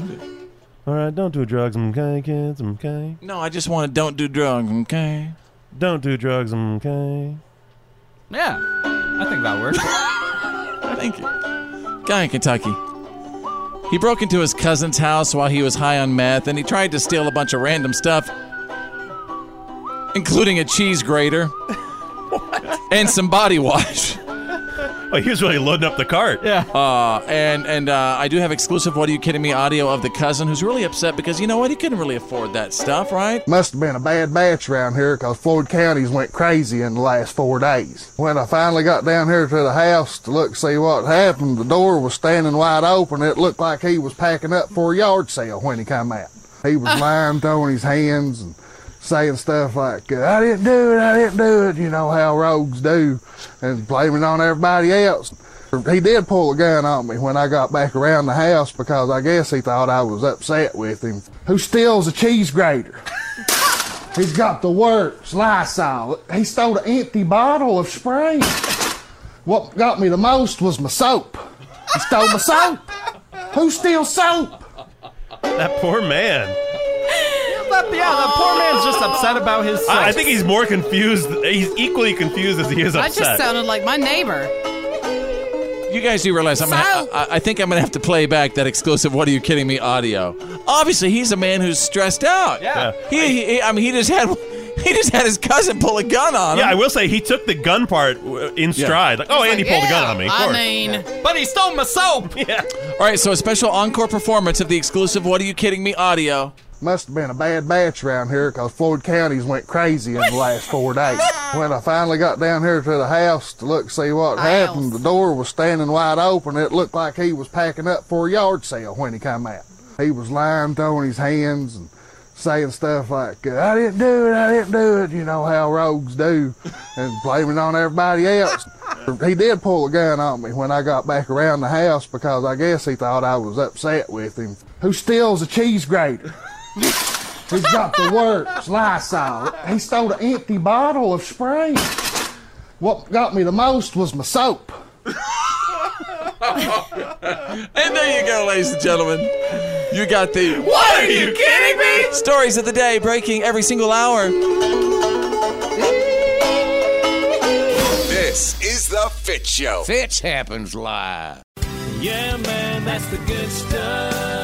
S8: All right, don't do drugs, okay, kids, okay.
S7: No, I just want to don't do drugs, okay?
S8: Don't do drugs, okay.
S9: Yeah, I think that works.
S7: (laughs) Thank you. Guy in Kentucky. He broke into his cousin's house while he was high on meth and he tried to steal a bunch of random stuff, including a
S8: (laughs)
S7: cheese grater and some body wash.
S8: Oh, he was really loading up the cart.
S9: Yeah.
S7: Uh, and and uh, I do have exclusive What Are You Kidding Me audio of the cousin who's really upset because you know what? He couldn't really afford that stuff, right?
S13: Must have been a bad batch around here because Floyd counties went crazy in the last four days. When I finally got down here to the house to look see what happened, the door was standing wide open. It looked like he was packing up for a yard sale when he come out. He was lying, throwing his hands and saying stuff like, I didn't do it, I didn't do it, you know how rogues do, and blaming on everybody else. He did pull a gun on me when I got back around the house because I guess he thought I was upset with him. Who steals a cheese grater? He's got the works, Lysol. He stole an empty bottle of spray. What got me the most was my soap. He stole my soap. Who steals soap?
S8: That poor man.
S9: But yeah, the poor man's just upset about his. Sex.
S8: I, I think he's more confused. He's equally confused as he is
S10: I
S8: upset.
S10: just sounded like my neighbor.
S7: You guys do realize I'm gonna, I, I think I'm gonna have to play back that exclusive "What Are You Kidding Me" audio. Obviously, he's a man who's stressed out.
S8: Yeah.
S7: He, he, he- I mean, he just had (laughs) he just had his cousin pull a gun on him.
S8: yeah, I will say he took the gun part w- in
S7: Yeah.
S8: stride. Like, oh, Andy pulled a gun on me. Of course.
S9: but he stole my
S8: (laughs)
S9: soap.
S8: Yeah.
S7: All right, so a special encore performance of the exclusive "What Are You Kidding Me" audio.
S13: Must have been a bad batch around here because Floyd counties went crazy in the last four days. When I finally got down here to the house to look see what happened, the door was standing wide open. It looked like he was packing up for a yard sale when he come out. He was lying, throwing his hands and saying stuff like, I didn't do it, I didn't do it, you know how rogues do, and blaming on everybody else. He did pull a gun on me when I got back around the house because I guess he thought I was upset with him. Who steals a cheese grater? He's got the works, Lysol. He stole an empty bottle of spray. What got me the most was my soap.
S10: (laughs)
S7: And there you go, ladies and gentlemen. You got the
S3: What Are You Kidding Me?
S7: stories of the day breaking every single hour.
S6: This is the Fit Show. Fitch happens live.
S3: Yeah, man, that's the good stuff.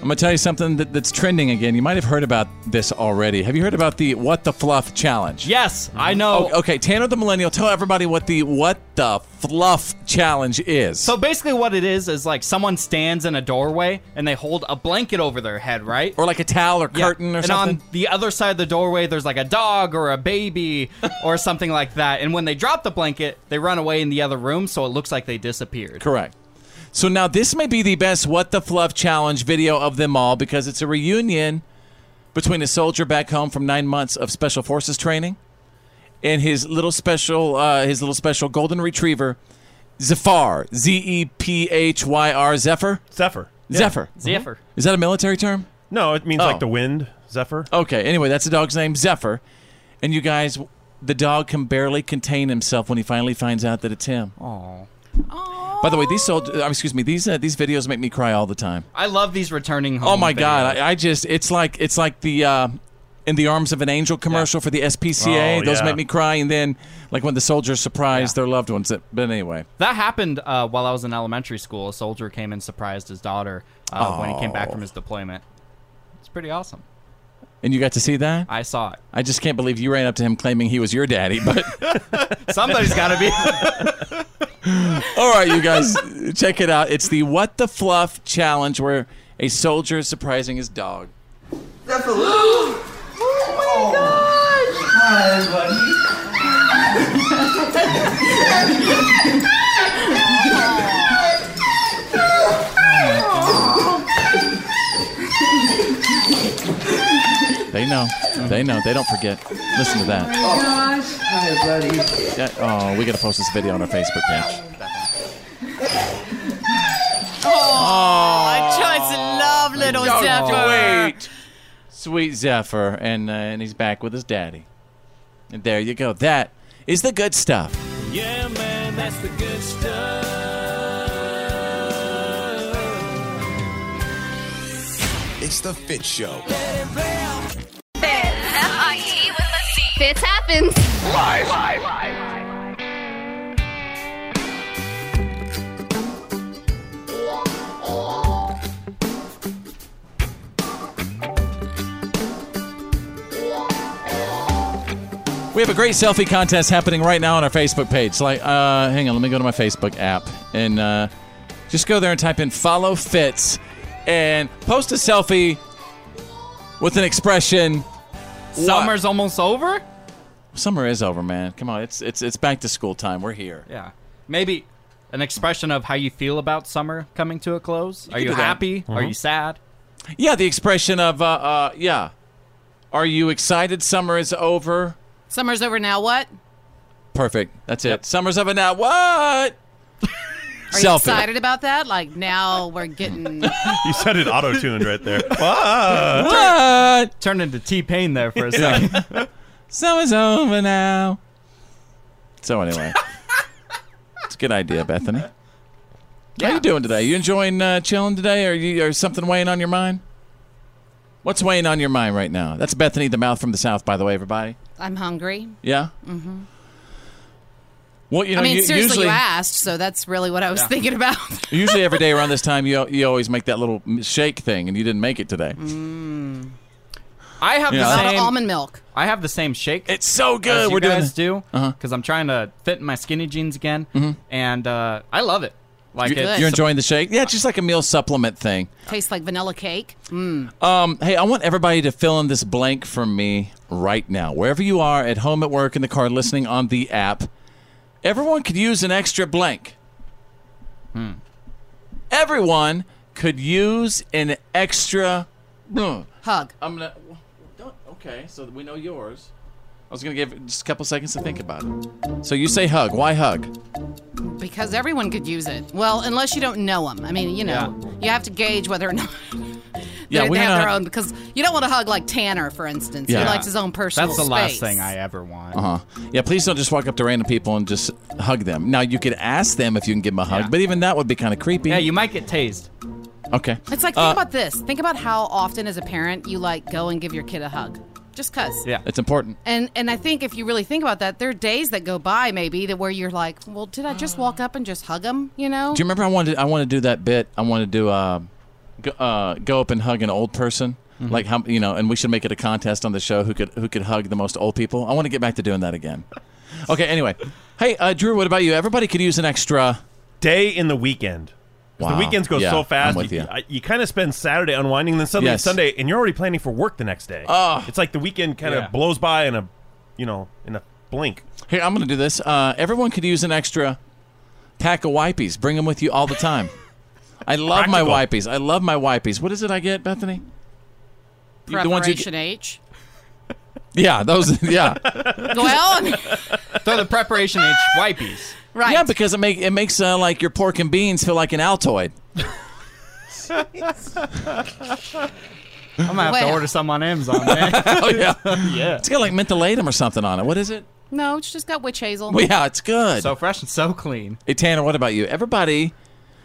S7: I'm gonna tell you something that, that's trending again. You might have heard about this already. Have you heard about the "What the Fluff" challenge? Oh,
S9: Yes, I know.
S7: Okay, okay, Tanner the Millennial, tell everybody what the "What the Fluff" challenge is.
S9: So basically, what it is is like someone stands in a doorway and they hold a blanket over their head, right?
S7: Or like a towel or curtain or
S9: and
S7: something.
S9: on the other side of the doorway, there's like a dog or
S7: (laughs)
S9: a baby or something like that. And when they drop the blanket, they run away in the other room, so it looks like they disappeared.
S7: Correct. So now this may be the best "What the Fluff" challenge video of them all because it's a reunion between a soldier back home from nine months of special forces training and his little special, uh, his little special golden retriever, Zephyr, Z E P H Y R, Zephyr.
S8: Zephyr.
S7: Zephyr. Mm-hmm.
S9: Zephyr.
S7: Is that a military term?
S8: No, it means
S7: Oh.
S8: like the wind, Zephyr.
S7: Okay. Anyway, that's the dog's name, Zephyr. And you guys, the dog can barely contain himself when he finally finds out that it's him.
S9: Oh.
S7: By the way, these sold, uh, excuse me, these uh, these videos make me cry all the time.
S9: I love these returning home.
S7: Oh my
S9: videos.
S7: god, I, I just it's like it's like the uh, in the arms of an angel commercial for the SPCA.
S9: Oh,
S7: Those
S9: yeah.
S7: make me cry, and then like when the soldiers surprise their loved ones. But anyway,
S9: That happened uh, while I was in elementary school. A soldier came and surprised his daughter uh, when he came back
S7: Oh.
S9: from his deployment. It's pretty awesome.
S7: and you got to see that.
S9: I saw it.
S7: I just can't believe you ran up to him claiming he was your daddy. But
S9: (laughs) Somebody's got to be.
S7: (laughs) all right, you guys, check it out. It's the What the Fluff challenge where a soldier is surprising his dog.
S3: That's a little. Oh my gosh! Hi,
S7: They know. They know. They don't forget. Listen to
S10: Oh
S7: that.
S3: gosh! Hi, buddy.
S7: Yeah, oh, we got to post this video on our Facebook page.
S10: Oh, I
S3: Oh.
S10: just love
S11: Oh,
S10: little
S7: Dog,
S10: Zephyr.
S7: Oh, Wait. Sweet Zephyr, and uh, and he's back with his daddy. And there you go. That is the good stuff.
S3: Yeah, man, that's the good stuff.
S6: It's the Fit Show.
S2: Fits happens.
S3: Live.
S7: We have a great selfie contest happening right now on our Facebook page. Like, uh, hang on, let me go to my Facebook app and uh, just go there and type in "follow Fitz" and post a selfie with an expression.
S9: Summer's almost over.
S7: Summer is over, man. Come on, it's it's it's back to school time. We're here.
S9: Yeah. Maybe an expression of how you feel about summer coming to a close. Are
S7: can
S9: you
S7: do that.
S9: happy? Are
S7: Mhm.
S9: you sad?
S7: Yeah, the expression of uh, uh yeah. Are you excited? Summer is over.
S10: Summer's over now. What?
S7: Perfect. That's it. Summer's over now. What?
S10: Are you excited about that? Like now we're getting.
S8: You said it auto tuned right
S9: (laughs)
S8: there.
S7: What?
S9: Turned into T Pain there for
S7: (laughs)
S9: a
S7: Yeah.
S9: second.
S7: Summer's over now. So (laughs) anyway, it's a good idea, Bethany. How you doing today? You enjoying uh, chilling today, or you or something weighing on your mind? What's weighing on your mind right now? That's Bethany, the mouth from the south, by the way, everybody.
S10: I'm hungry.
S7: Yeah.
S10: Mm-hmm.
S7: Well, you know,
S10: I mean,
S7: you,
S10: seriously,
S7: usually
S10: you asked, so that's really what I was
S7: Yeah.
S10: thinking about.
S7: usually every day around this time, you you always make that little shake thing, and you didn't make it today.
S10: Mm.
S9: I have
S7: Yeah.
S9: the
S7: A lot of
S9: same
S10: Almond milk.
S9: I have the same shake.
S7: It's so good.
S9: As you
S7: We're doing
S9: guys
S7: it.
S9: do
S7: Uh-huh. Mm-hmm.
S9: because I'm trying to fit in my skinny jeans again, and uh, I love it. Like
S7: you're,
S9: it's-
S7: you're enjoying the shake? Yeah, it's just like a meal supplement thing.
S10: Tastes like vanilla cake. Mm.
S7: Um, hey, I want everybody to fill in this blank for me right now. Wherever you are, at home, at work, in the car, listening on the app, everyone could use an extra blank. Hmm. Everyone could use an extra.
S3: (laughs)
S7: Mm.
S10: Hug.
S7: I'm gonna. Don't, okay, so we know yours. I was gonna give it just a couple seconds to think about it. So you say hug. Why hug?
S10: Because everyone could use it. Well, unless you don't know them. I mean, you know, you have to gauge whether or not (laughs)
S7: Yeah,
S10: they,
S7: we
S10: they have their
S7: know-
S10: own. Because you don't want to hug like Tanner, for instance.
S7: Yeah.
S10: He likes his own personal
S9: That's the
S10: space.
S9: last thing I ever want.
S7: Uh huh. Yeah, please don't just walk up to random people and just hug them. Now you could ask them if you can give them a hug, but even that would be kind of creepy.
S9: Yeah, you might get tased.
S7: Okay.
S10: It's like think
S7: Uh,
S10: about this. Think about how often as a parent you like go and give your kid a hug. Just cuz.
S7: Yeah. It's important.
S10: And and I think if you really think about that, there are days that go by maybe that where you're like, well, did I just walk up and just hug him? You know?
S7: Do you remember I wanted I want to do that bit? I want to do uh, go, uh, go up and hug an old person.
S9: Mm-hmm.
S7: Like how you know, and we should make it a contest on the show who could who could hug the most old people. I want to get back to doing that again. Okay, anyway. Hey, uh, Drew, what about you? Everybody could use an extra
S8: day in the weekend. 'Cause
S7: Wow.
S8: The weekends go
S7: Yeah,
S8: so fast.
S7: I'm with you.
S8: I- kind of spend Saturday unwinding, then suddenly
S7: Yes.
S8: it's Sunday, and you're already planning for work the next day.
S7: Oh.
S8: It's like the weekend kind of
S7: Yeah.
S8: blows by in a, you know, in a blink.
S7: Here, I'm going to do this. Uh, everyone could use an extra pack of wipies. Bring them with you all the time. I love my wipies. I love my wipies. What is it I get, Bethany? You-
S10: Preparation
S7: you get-
S10: H.
S7: (laughs) yeah, those. Yeah,
S10: Well, I mean,
S9: Throw the preparation H wipies.
S10: (laughs) right.
S7: yeah, because it make it makes uh, like your pork and beans feel like an Altoid.
S9: I'm gonna have
S10: Well.
S9: to order some on Amazon. Man.
S7: oh yeah, (laughs)
S9: yeah.
S7: Oh,
S9: (laughs)
S7: It's got like mentholatum or something on it. What is it?
S10: No, it's just got witch hazel.
S7: Well, yeah, it's good.
S9: So fresh and so clean.
S7: Hey, Tanner, what about you? Everybody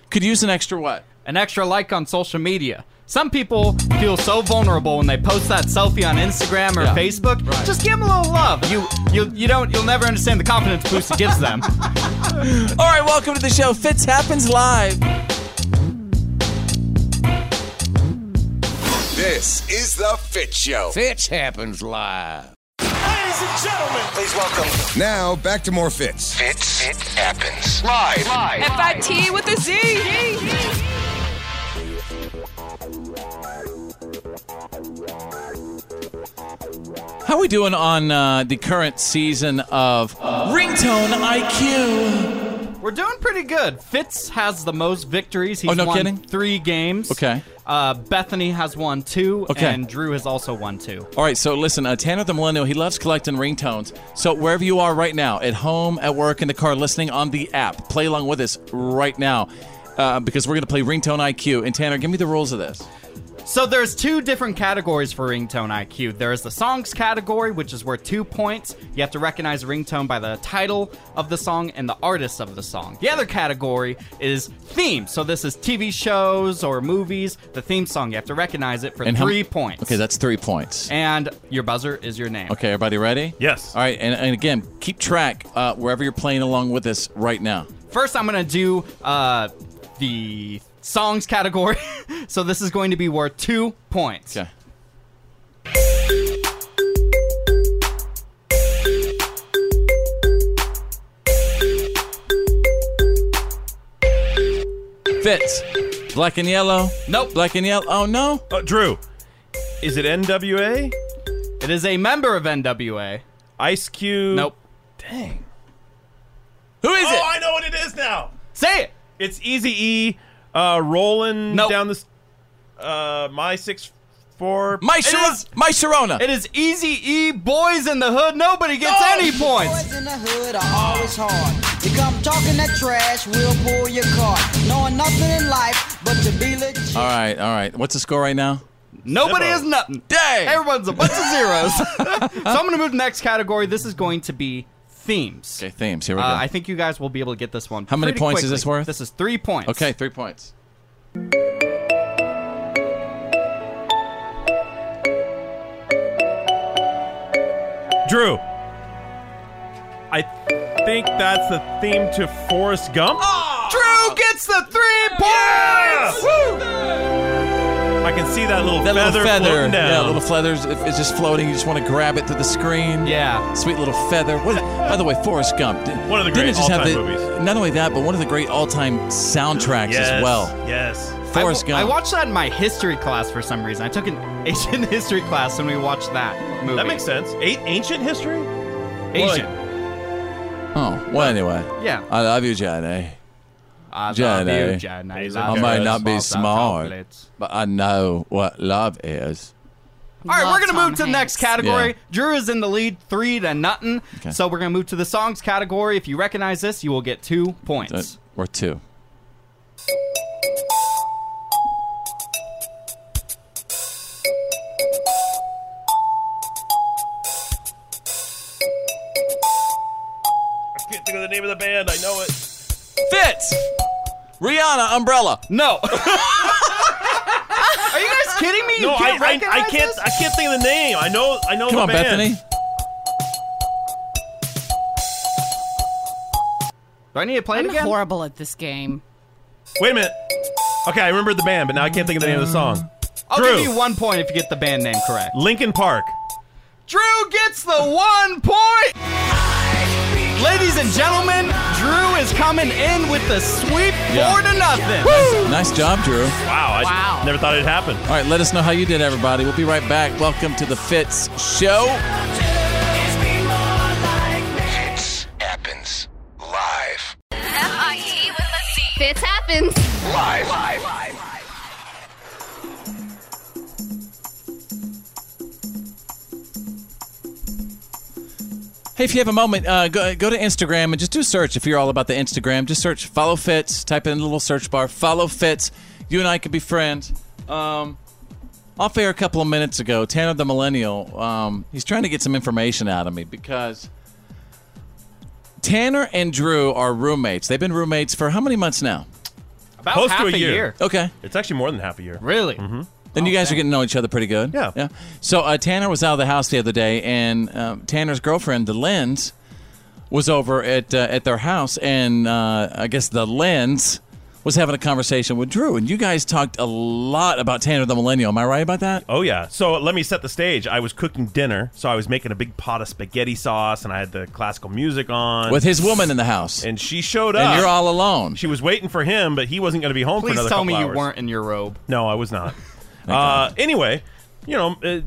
S7: could use an extra what?
S9: An extra like on social media. Some people feel so vulnerable when they post that selfie on Instagram or
S7: Yeah.
S9: Facebook. Just give them a little love. You you you don't you'll never understand the confidence boost it gives them.
S7: (laughs) All right, welcome to the show. Fitz happens live.
S6: This is the Fit Show. Fitch happens live.
S5: Ladies and gentlemen, please welcome.
S6: Now back to more fits. Fits it happens live.
S10: F-I-T with a Z.
S7: How we doing on uh, the current season of Ringtone IQ?
S9: We're doing pretty good. Fitz has the most victories. He's
S7: Oh, no
S9: won
S7: kidding?
S9: three games.
S7: Okay.
S9: Uh, Bethany has won two,
S7: Okay.
S9: and Drew has also won two.
S7: All right, so listen, uh, Tanner the Millennial, he loves collecting ringtones. So wherever you are right now, at home, at work, in the car, listening on the app, play along with us right now uh, because we're going to play Ringtone IQ. And Tanner, give me the rules of this.
S9: So there's two different categories for ringtone IQ. There is the songs category, which is worth two points. You have to recognize a ringtone by the title of the song and the artist of the song. The other category is themes. So this is TV shows or movies. The theme song, you have to recognize it for
S7: And how-
S9: three points.
S7: Okay, that's three points.
S9: And your buzzer is your name.
S7: Okay, everybody ready? Yes. All right, and, and again, keep track uh, wherever you're playing along with us right now.
S9: First, I'm gonna do uh, the songs category. (laughs) so this is going to be worth two points.
S7: Okay. Fitz, black and yellow.
S9: Nope.
S7: Black and yellow. Oh no.
S8: Uh, Drew, is it NWA?
S9: It is a member of NWA.
S8: Ice Cube.
S9: Nope.
S8: Dang.
S7: Who is
S8: it? Oh, I know what it is now.
S9: Say it.
S8: It's Easy E, uh, rolling
S9: Nope.
S8: down this. Uh, my six four.
S7: My
S8: It
S7: Sharona.
S8: is-
S7: My Sharona.
S9: It is Easy E Boys in the Hood. Nobody gets any points.
S15: Boys in the hood are always hard. You come talking that trash, we'll pull your car. Knowing nothing in life but to be legit.
S7: All right, all right. What's the score right now?
S9: Nobody is nothing.
S7: Dang.
S9: Everyone's a bunch of
S8: (laughs)
S9: zeros. (laughs) so I'm gonna move to the next category. This is going to be themes.
S7: Okay, themes. Here we go.
S9: Uh, I think you guys will be able to get this one.
S7: How many
S9: pretty
S7: points is
S9: quickly.
S7: this worth?
S9: This is three points.
S7: okay, three points.
S8: Drew. I think that's the theme to Forrest Gump.
S9: Drew gets the three points.
S8: I can see that little
S7: That
S8: feather,
S7: little feather.
S8: floating down.
S7: Yeah, little feathers. If it's just floating, you just want to grab it through the screen.
S9: Yeah.
S7: Sweet little feather. What, by the way, Forrest Gump. did-
S8: One of the
S7: didn't
S8: great
S7: it just have
S8: all-time
S7: the-
S8: movies.
S7: Not only that, but one of the great all-time soundtracks as
S8: Yes,
S7: well.
S8: Yes.
S7: Forrest
S9: I,
S7: Gump.
S9: I watched that in my history class for some reason. I took an (laughs) ancient history class and we watched that movie.
S8: That makes sense. A- ancient history?
S9: Ancient.
S7: Oh, well, anyway.
S9: Yeah.
S7: I love you, Johnny.
S9: I love you, Johnny. I love
S7: I might
S9: you.
S7: not be
S9: Small
S7: smart, but I know what love is.
S9: All right,
S10: Love
S9: we're gonna
S10: Tom
S9: move to the next
S10: Hanks.
S9: category.
S7: Yeah.
S9: Drew is in the lead, three to nothing.
S7: Okay.
S9: So we're gonna move to the songs category. If you recognize this, you will get two points.
S7: Uh, Or two.
S8: I can't think of the name of the band. I know it.
S7: Fitz! Rihanna, Umbrella.
S8: (laughs)
S9: No. Are you guys kidding me? You
S8: no,
S9: can't
S8: I, I, I
S9: recognize
S8: can't.
S9: this?
S8: I can't think of the name. I know. I know
S7: Come
S8: the
S7: on,
S8: band.
S7: Bethany.
S9: Do I need to play
S10: I'm
S9: it again?
S10: horrible at this game.
S8: Wait a minute. Okay, I remember the band, but now I can't think of the name of the song.
S9: I'll
S8: Drew.
S9: give you one point if you get the band name correct.
S8: Lincoln Park.
S9: Drew gets the one point. Ladies and gentlemen, Drew is coming in with the sweep
S7: Yeah.
S9: four to nothing.
S7: Nice job, Drew.
S8: Wow. I
S10: Wow.
S8: never thought it'd happen.
S7: All right, let us know how you did, everybody. We'll be right back. Welcome to the Fitz Show.
S6: Fits happens live.
S3: F-I-T with a Z. Fits happens.
S6: Live. Live.
S7: Hey, if you have a moment, uh, go, go to Instagram and just do a search. If you're all about the Instagram, just search Follow Fitz. Type in the little search bar, Follow Fitz. You and I could be friends. Um, off air a couple of minutes ago, Tanner the Millennial, um, he's trying to get some information out of me because Tanner and Drew are roommates. They've been roommates for how many months now?
S8: About Close half to a a year. year.
S7: Okay.
S8: It's actually more than half a year.
S9: Really?
S8: Mm-hmm.
S7: Then you guys are getting to know each other pretty good. Yeah. Yeah. So uh, Tanner was out of the house the other day, and um, Tanner's girlfriend, the Lens, was over at uh, at their house, and uh, I guess the Lens was having a conversation with Drew, and you guys talked a lot about Tanner the Millennial. Am I right about that?
S8: Oh yeah. So let me set the stage. I was cooking dinner, so I was making a big pot of spaghetti sauce, and I had the classical music on
S7: With his woman in the house.
S8: and she showed up.
S7: And you're all alone.
S8: She was waiting for him, but he wasn't going to be home for
S9: Please
S8: another.
S9: tell
S8: couple
S9: me you
S8: hours.
S9: weren't in your robe.
S8: No, I was
S9: (laughs)
S8: not. uh, anyway, you know, uh,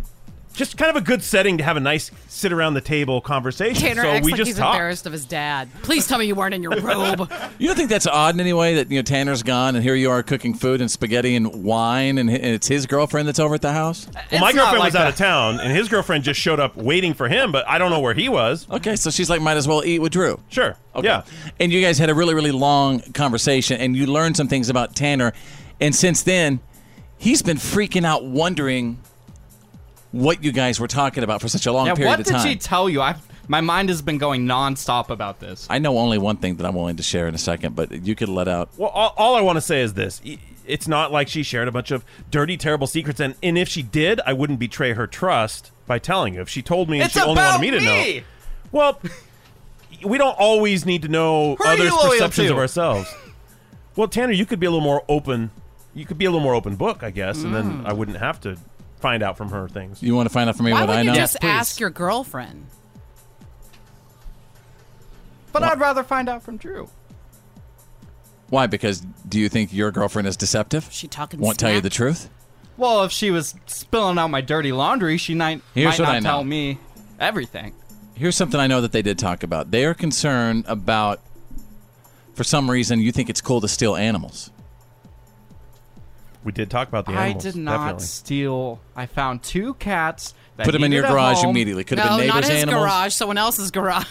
S8: just kind of a good setting to have a nice sit around the table conversation.
S10: Tanner
S8: so
S10: acts
S8: we
S10: like
S8: just
S10: he's
S8: talked.
S10: embarrassed of his dad. Please tell me you weren't
S9: (laughs)
S10: in your robe.
S7: You don't think that's odd in any way that you know Tanner's gone, and here you are cooking food and spaghetti and wine, and hi- and it's his girlfriend that's over at the house.
S8: Well, my girlfriend was out of town, and his girlfriend just showed up waiting for him, but I don't know where he was.
S7: Okay, so she's like, might as well eat with Drew.
S8: Sure.
S7: Okay.
S8: Yeah.
S7: And you guys had a really, really long conversation, and you learned some things about Tanner. And since then, he's been freaking out, wondering what you guys were talking about for such a long
S9: yeah,
S7: period
S9: what
S7: of
S9: did
S7: time.
S9: she tell you? I my mind has been going nonstop about this.
S7: I know only one thing that I'm willing to share in a second, but you could let out.
S8: Well, all, all I want to say is this. Y- It's not like she shared a bunch of dirty, terrible secrets, and, and if she did, I wouldn't betray her trust by telling you. If she told me and
S9: It's
S8: she only
S9: about
S8: wanted me, to
S9: me!
S8: know. Well, we don't always need to know
S9: Who are
S8: others'
S9: you loyal
S8: perceptions
S9: to?
S8: of ourselves. Well, Tanner, you could be a little more open. You could be a little more open book, I guess, and then
S9: Hmm.
S8: I wouldn't have to find out from her things.
S7: You want to find out from me
S10: Why
S7: what I
S10: wouldn't
S7: know?
S10: you just ask your girlfriend?
S9: But I'd rather find out from Drew.
S7: Why? Because do you think your girlfriend is deceptive? She
S10: talking.
S7: Won't tell you the truth.
S9: Well, if she was spilling out my dirty laundry, she might,
S7: Here's
S9: might
S7: what
S9: not
S7: I know.
S9: tell me everything.
S7: Here's something I know that they did talk about. They are concerned about, for some reason, you think it's cool to steal animals.
S8: We did talk about the
S9: I
S8: animals.
S9: did not
S8: definitely.
S9: steal. I found two cats. That
S7: Put 'em in
S9: needed
S7: your
S9: a
S7: garage
S9: home.
S7: immediately. Could have
S10: no,
S7: been
S10: not
S7: neighbors'
S10: his
S7: animals.
S10: garage. Someone else's garage.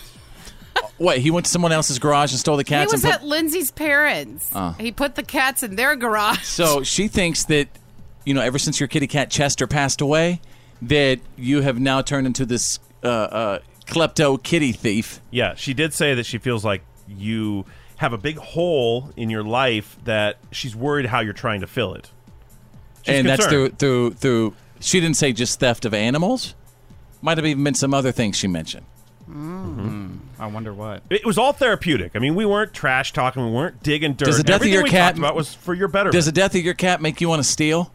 S7: What? He went to someone else's garage and stole the cats.
S10: he was
S7: and put-
S10: at Lindsay's parents.
S7: Uh.
S10: He put the cats in their garage.
S7: So she thinks that, you know, ever since your kitty cat Chester passed away, that you have now turned into this uh, uh, klepto kitty thief.
S8: Yeah, she did say that she feels like you have a big hole in your life that she's worried how you're trying to fill it. She's
S7: and that's through
S8: concerned.
S7: through through. She didn't say just theft of animals. Might have even been some other things she mentioned.
S9: Mm-hmm. I wonder what.
S8: It was all therapeutic. I mean, we weren't trash talking. We weren't digging dirt.
S7: Does the death
S8: Everything
S7: of your
S8: we
S7: cat
S8: talked about was for your better.
S7: Does the death of your cat make you want to steal?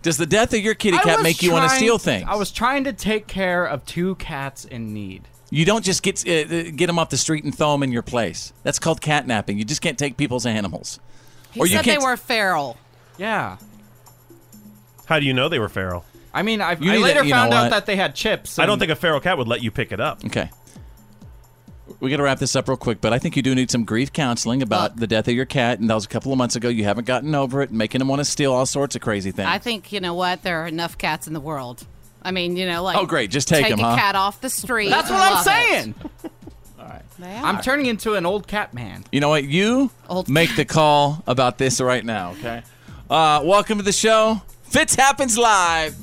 S7: Does the death of your kitty
S9: I
S7: cat
S9: was
S7: make you want to
S9: trying-
S7: steal things?
S9: I was trying to take care of two cats in need.
S7: You don't just get uh, uh, get them off the street and throw them in your place. That's called catnapping. You just can't take people's animals.
S10: He
S7: or you
S10: said they
S7: can't.
S10: were feral.
S9: Yeah.
S8: How do you know they were feral?
S9: I mean, I've,
S7: You
S9: I
S7: need to-
S9: later
S7: you know
S9: found out
S7: what?
S9: that they had chips.
S8: I don't
S9: and-
S8: think a feral cat would let you pick it up.
S7: okay. We got to wrap this up real quick, but I think you do need some grief counseling about the death of your cat, and that was a couple of months ago. You haven't gotten over it, making them want to steal all sorts of crazy things.
S10: I think you know what. There are enough cats in the world. I mean, you know, like
S7: Oh, great, just take 'em,
S10: a
S7: huh?
S10: cat off the street.
S9: That's
S10: We
S9: what I'm
S10: love it.
S9: saying.
S10: They are.
S9: I'm turning into an old cat man.
S7: You know what? You (laughs) make
S10: (laughs)
S7: the call about this right now, okay? Uh, welcome to the show. Fitz happens live.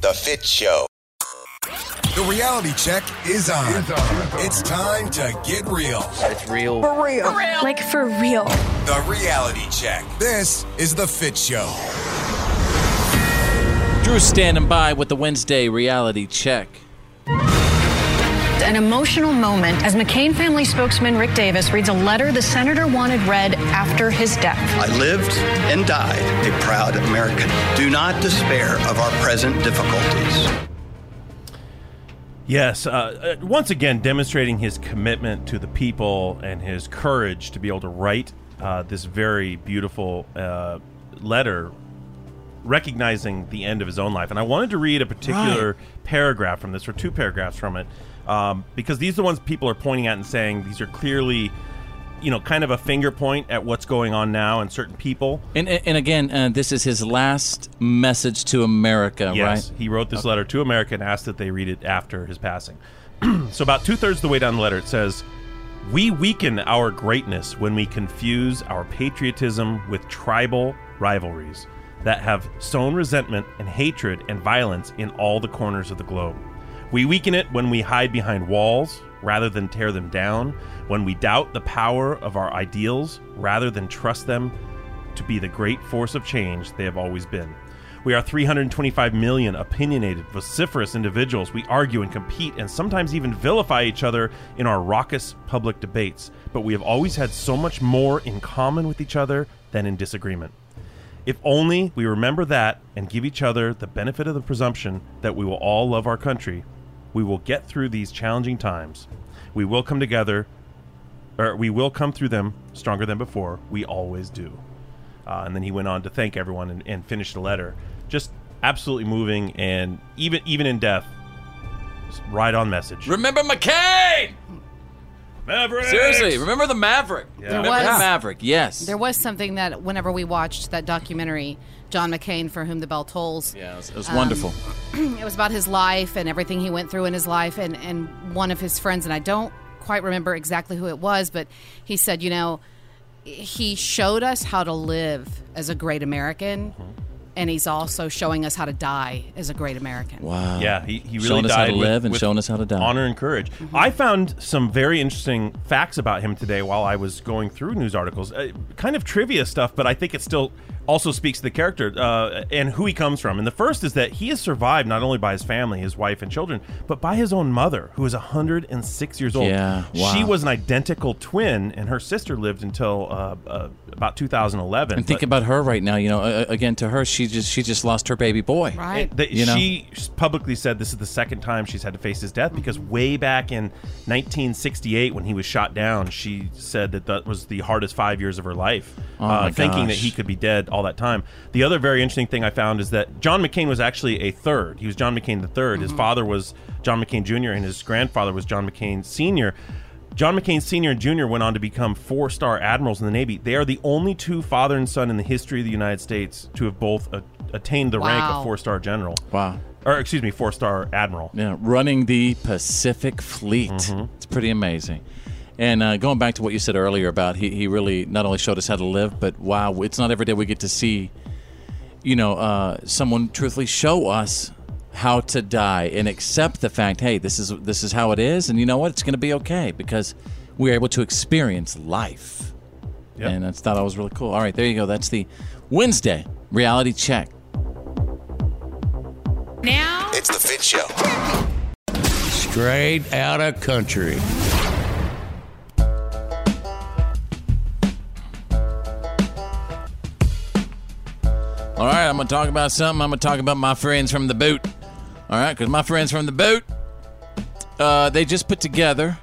S6: The Fit Show. The reality check is on. It's, time to get real. It's real.
S1: real. Like for real.
S6: The reality check. This is The Fit Show.
S7: Drew's standing by with the Wednesday reality check.
S12: An emotional moment as McCain family spokesman Rick Davis reads a letter the senator wanted read after his death.
S16: I lived and died a proud American. Do not despair of our present difficulties.
S8: Yes, uh, uh, once again demonstrating his commitment to the people and his courage to be able to write uh, this very beautiful uh, letter recognizing the end of his own life. And I wanted to read a particular paragraph from this, or two paragraphs from it, um, because these are the ones people are pointing at and saying these are clearly, you know, kind of a finger point at what's going on now and certain people.
S7: And, and again, uh, this is his last message to America,
S8: Yes,
S7: right?
S8: he wrote this letter to America and asked that they read it after his passing. (clears throat) so, about two thirds of the way down the letter, it says, We weaken our greatness when we confuse our patriotism with tribal rivalries that have sown resentment and hatred and violence in all the corners of the globe. We weaken it when we hide behind walls, rather than tear them down, when we doubt the power of our ideals rather than trust them to be the great force of change they have always been. We are 325 million opinionated, vociferous individuals. We argue and compete and sometimes even vilify each other in our raucous public debates, but we have always had so much more in common with each other than in disagreement. If only we remember that and give each other the benefit of the presumption that we will all love our country, we will get through these challenging times. We will come together, or we will come through them stronger than before. We always do. Uh, and then he went on to thank everyone and, and finish the letter. Just absolutely moving, and even even in death, just right on message.
S7: Remember McCain!
S8: Maverick!
S7: Seriously, remember the Maverick.
S8: Yeah.
S7: Remember
S10: was-
S7: the Maverick, yes.
S10: There was something that whenever we watched that documentary, John McCain, For Whom the Bell Tolls.
S7: Yeah, it was, it was
S10: um,
S7: wonderful.
S10: (clears throat) it was about his life and everything he went through in his life and, and one of his friends and i don't quite remember exactly who it was but he said you know he showed us how to live as a great american
S7: Mm-hmm.
S10: and he's also showing us how to die as a great american
S7: Wow.
S8: Yeah, he, he really
S7: Showing us how to
S8: died with-
S7: live and
S8: with
S7: showing us how to die.
S8: Honor and courage. I found some very interesting facts about him today while I was going through news articles. Uh, kind of trivia stuff, but I think it still also speaks to the character uh, and who he comes from. And the first is that he is survived not only by his family, his wife and children, but by his own mother, who is 106 years old.
S7: Yeah, wow.
S8: She was an identical twin, and her sister lived until uh, uh, about 2011.
S7: And think
S8: But-
S7: about her right now. You know, uh, again, to her, she just she just lost her baby boy.
S8: It- that
S7: You know?
S8: She publicly said this is the second time she's had to face his death because way back in 1968, when he was shot down, she said that that was the hardest five years of her life, uh,
S7: Oh my
S8: thinking that
S7: gosh.
S8: he could be dead all that time. The other very interesting thing I found is that John McCain was actually a third. He was John McCain the 3rd His father was John McCain Jr. and his grandfather was John McCain Sr. John McCain Sr. and Jr. went on to become four star admirals in the Navy. They are the only two father and son in the history of the United States to have both a- attained the rank
S7: Wow.
S8: of four star general.
S7: Wow.
S8: Or excuse me, four star admiral.
S7: Yeah, running the Pacific Fleet. It's pretty amazing. And uh, going back to what you said earlier about he, he really not only showed us how to live, but wow, it's not every day we get to see, you know, uh, someone truthfully show us how to die and accept the fact, hey, this is this is how it is, and you know what, it's going to be okay because we're able to experience life. And I thought that was really cool. All right, there you go. That's the Wednesday reality check.
S10: Now
S6: it's the Fit Show.
S17: Straight out of country.
S7: All right, I'm gonna talk about something. I'm gonna talk about my friends from the boot. All right, because my friends from the boot, uh, they just put together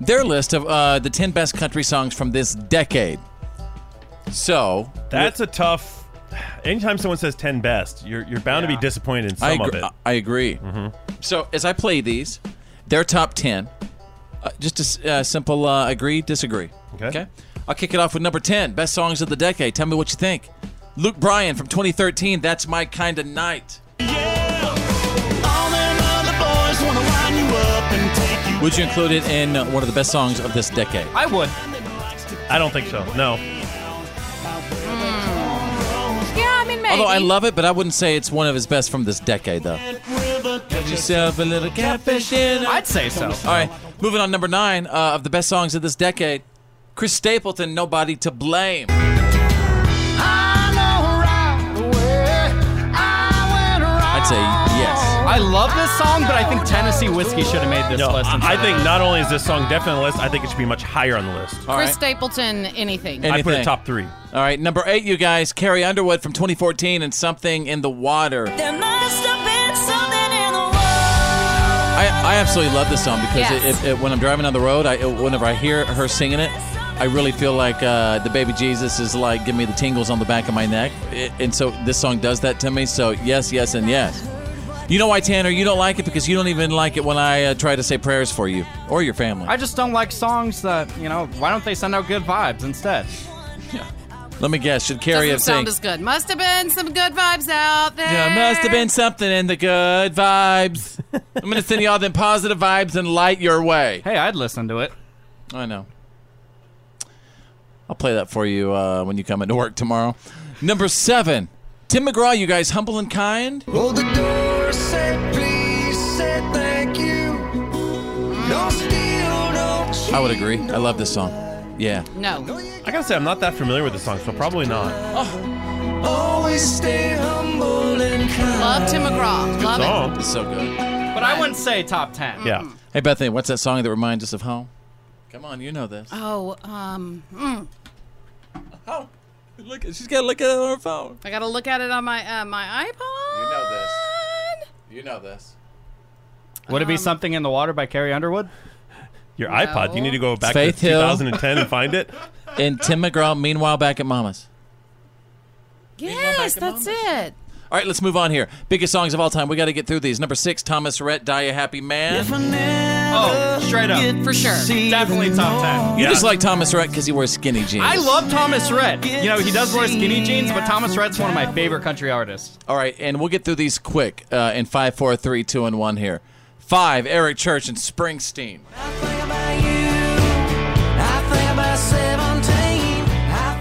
S7: their list of uh, the 10 best country songs from this decade. So
S8: That's a tough. Anytime someone says ten best, you're you're bound to
S7: Yeah.
S8: be disappointed in some
S7: I
S8: of
S7: agree.
S8: it. Mm-hmm.
S7: I agree. So as I play these, their top ten, uh, just a s- uh, simple uh, agree, disagree. Okay. I'll kick it off with number ten, best songs of the decade. Tell me what you think. Luke Bryan from 2013. That's my kind of night. Would you include it in uh, one of the best songs of this decade?
S8: I would. I don't think so. No.
S10: yeah i mean maybe
S7: Although I love it, but I wouldn't say it's one of his best from this decade, though. Get yourself a little catfish dinner.
S9: I'd say so.
S7: All right, moving on number nine uh, of the best songs of this decade, Chris Stapleton, "Nobody to Blame." I'd say yes.
S9: I love this song, but I think Tennessee Whiskey should have made this
S8: No,
S9: list.
S8: I, I think not only is this song definitely on the list, I think it should be much higher on the list.
S10: chris stapleton anything
S7: Anything.
S8: three.
S7: All right, number eight, you guys, Carrie Underwood from 2014, and "Something in the Water."
S3: There must have been something in the
S7: I, I absolutely love this song because it,
S3: Yes.
S7: it, it- when I'm driving on the road, I, it- whenever I hear her singing it, I really feel like uh, the baby Jesus is like giving me the tingles on the back of my neck. It- and so this song does that to me. So yes, yes, and yes. You know why, Tanner? You don't like it because you don't even like it when I uh, try to say prayers for you or your family.
S9: I just don't like songs that you know. Why don't they send out good vibes instead?
S7: Let me guess. Should Carrie
S10: doesn't
S7: have sang?
S10: sound as good must have been some good vibes out there
S7: There must have been something in the good
S10: (laughs)
S7: vibes. I'm gonna send you all them positive vibes and light your way.
S9: Hey, I'd listen to it.
S7: I know. I'll play that for you uh, when you come into work tomorrow. Number seven, Tim McGraw. You guys, humble and kind.
S3: Oh, the door said please, said thank you. No steal
S7: I would agree. I love this song. Yeah.
S10: No.
S8: I gotta say, I'm not that familiar with the song, so probably not.
S11: Oh. Always stay humble and kind.
S10: Love Tim McGraw. Love it.
S7: It's so good.
S9: But I wouldn't say top 10.
S7: Yeah. Hey, Bethany, what's that song that reminds us of home? Come on, you know this.
S10: Oh, um, mm.
S7: Look, she's got to look at it on her phone.
S10: I gotta look at it on my uh, my iPod.
S7: You know this. You know this.
S9: Would it be Something in the Water by Carrie Underwood?
S8: Your iPod. You need to go back
S7: Faith
S8: to
S7: Hill.
S8: 2010 and find it.
S7: (laughs) And Tim McGraw, Meanwhile Back at Mama's.
S10: Yes, that's it.
S7: All right, let's move on here. Biggest songs of all time. We got to get through these. Number six, Thomas Rhett, Die a Happy Man.
S9: Oh, straight up.
S10: For sure.
S9: Definitely top 10.
S7: You just like Thomas Rhett because he wears skinny jeans.
S9: I love Thomas Rhett. You know, he does wear skinny jeans, but Thomas Rhett's one of my favorite country artists.
S7: All right, and we'll get through these quick uh, in five, four, three, two, and one here. Five, Eric Church and Springsteen.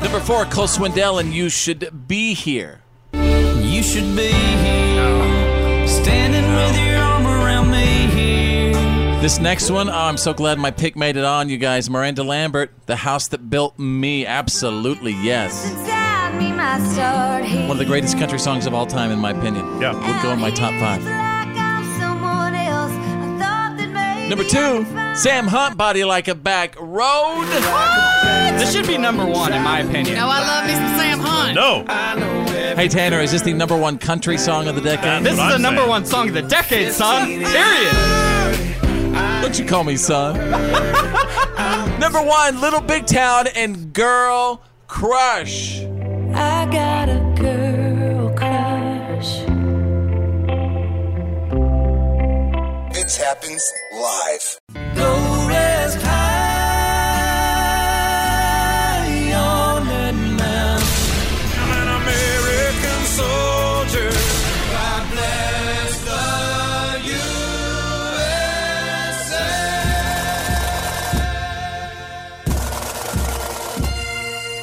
S7: Number four, Cole Swindell and You Should Be Here.
S11: You should be here, standing with your arm around me here.
S7: This next one, oh, I'm so glad my pick made it on, you guys. Miranda Lambert, The House That Built Me. Absolutely, yes. One of the greatest country songs of all time, in my opinion. Yeah. Would go in my top five. Number two, Sam Hunt, Body Like a Back Road.
S9: This should be number one, in my opinion.
S10: Now I love me some Sam Hunt.
S8: No.
S7: Hey, Tanner, is this the number one country song of the decade?
S9: This is the number one song of the decade, son. Period.
S7: Don't you call me son. (laughs) Number one, Little Big Town and Girl Crush.
S11: I got a girl crush.
S6: This happens live.
S11: Go rest high on that mountain. I'm an American soldier. I bless the USA.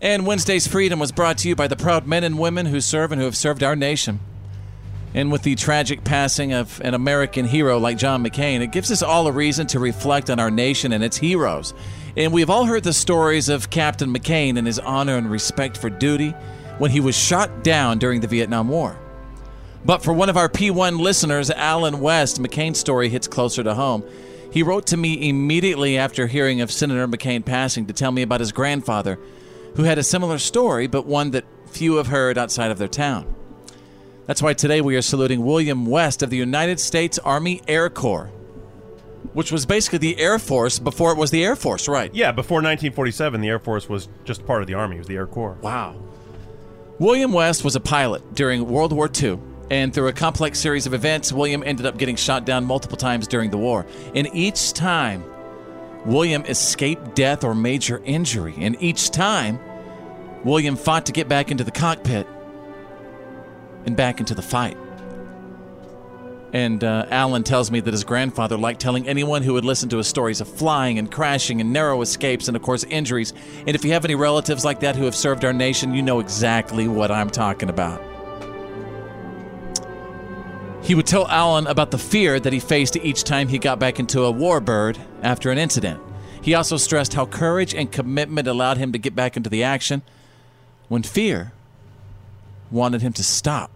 S7: And Wednesday's Freedom was brought to you by the proud men and women who serve and who have served our nation. And with the tragic passing of an American hero like John McCain, it gives us all a reason to reflect on our nation and its heroes. And we've all heard the stories of Captain McCain and his honor and respect for duty when he was shot down during the Vietnam War. But for one of our P1 listeners, Alan West, McCain's story hits closer to home. He wrote to me immediately after hearing of Senator McCain passing to tell me about his grandfather, who had a similar story, but one that few have heard outside of their town. That's why today we are saluting William West of the United States Army Air Corps, which was basically the Air Force before it was the Air Force, right?
S8: Yeah, before 1947, the Air Force was just part of the Army. It was the Air Corps.
S7: Wow. William West was a pilot during World War II, and through a complex series of events, William ended up getting shot down multiple times during the war. And each time, William escaped death or major injury. And each time, William fought to get back into the cockpit and back into the fight. And uh, Alan tells me that his grandfather liked telling anyone who would listen to his stories of flying and crashing and narrow escapes and, of course, injuries. And if you have any relatives like that who have served our nation, you know exactly what I'm talking about. He would tell Alan about the fear that he faced each time he got back into a warbird after an incident. He also stressed how courage and commitment allowed him to get back into the action when fear wanted him to stop.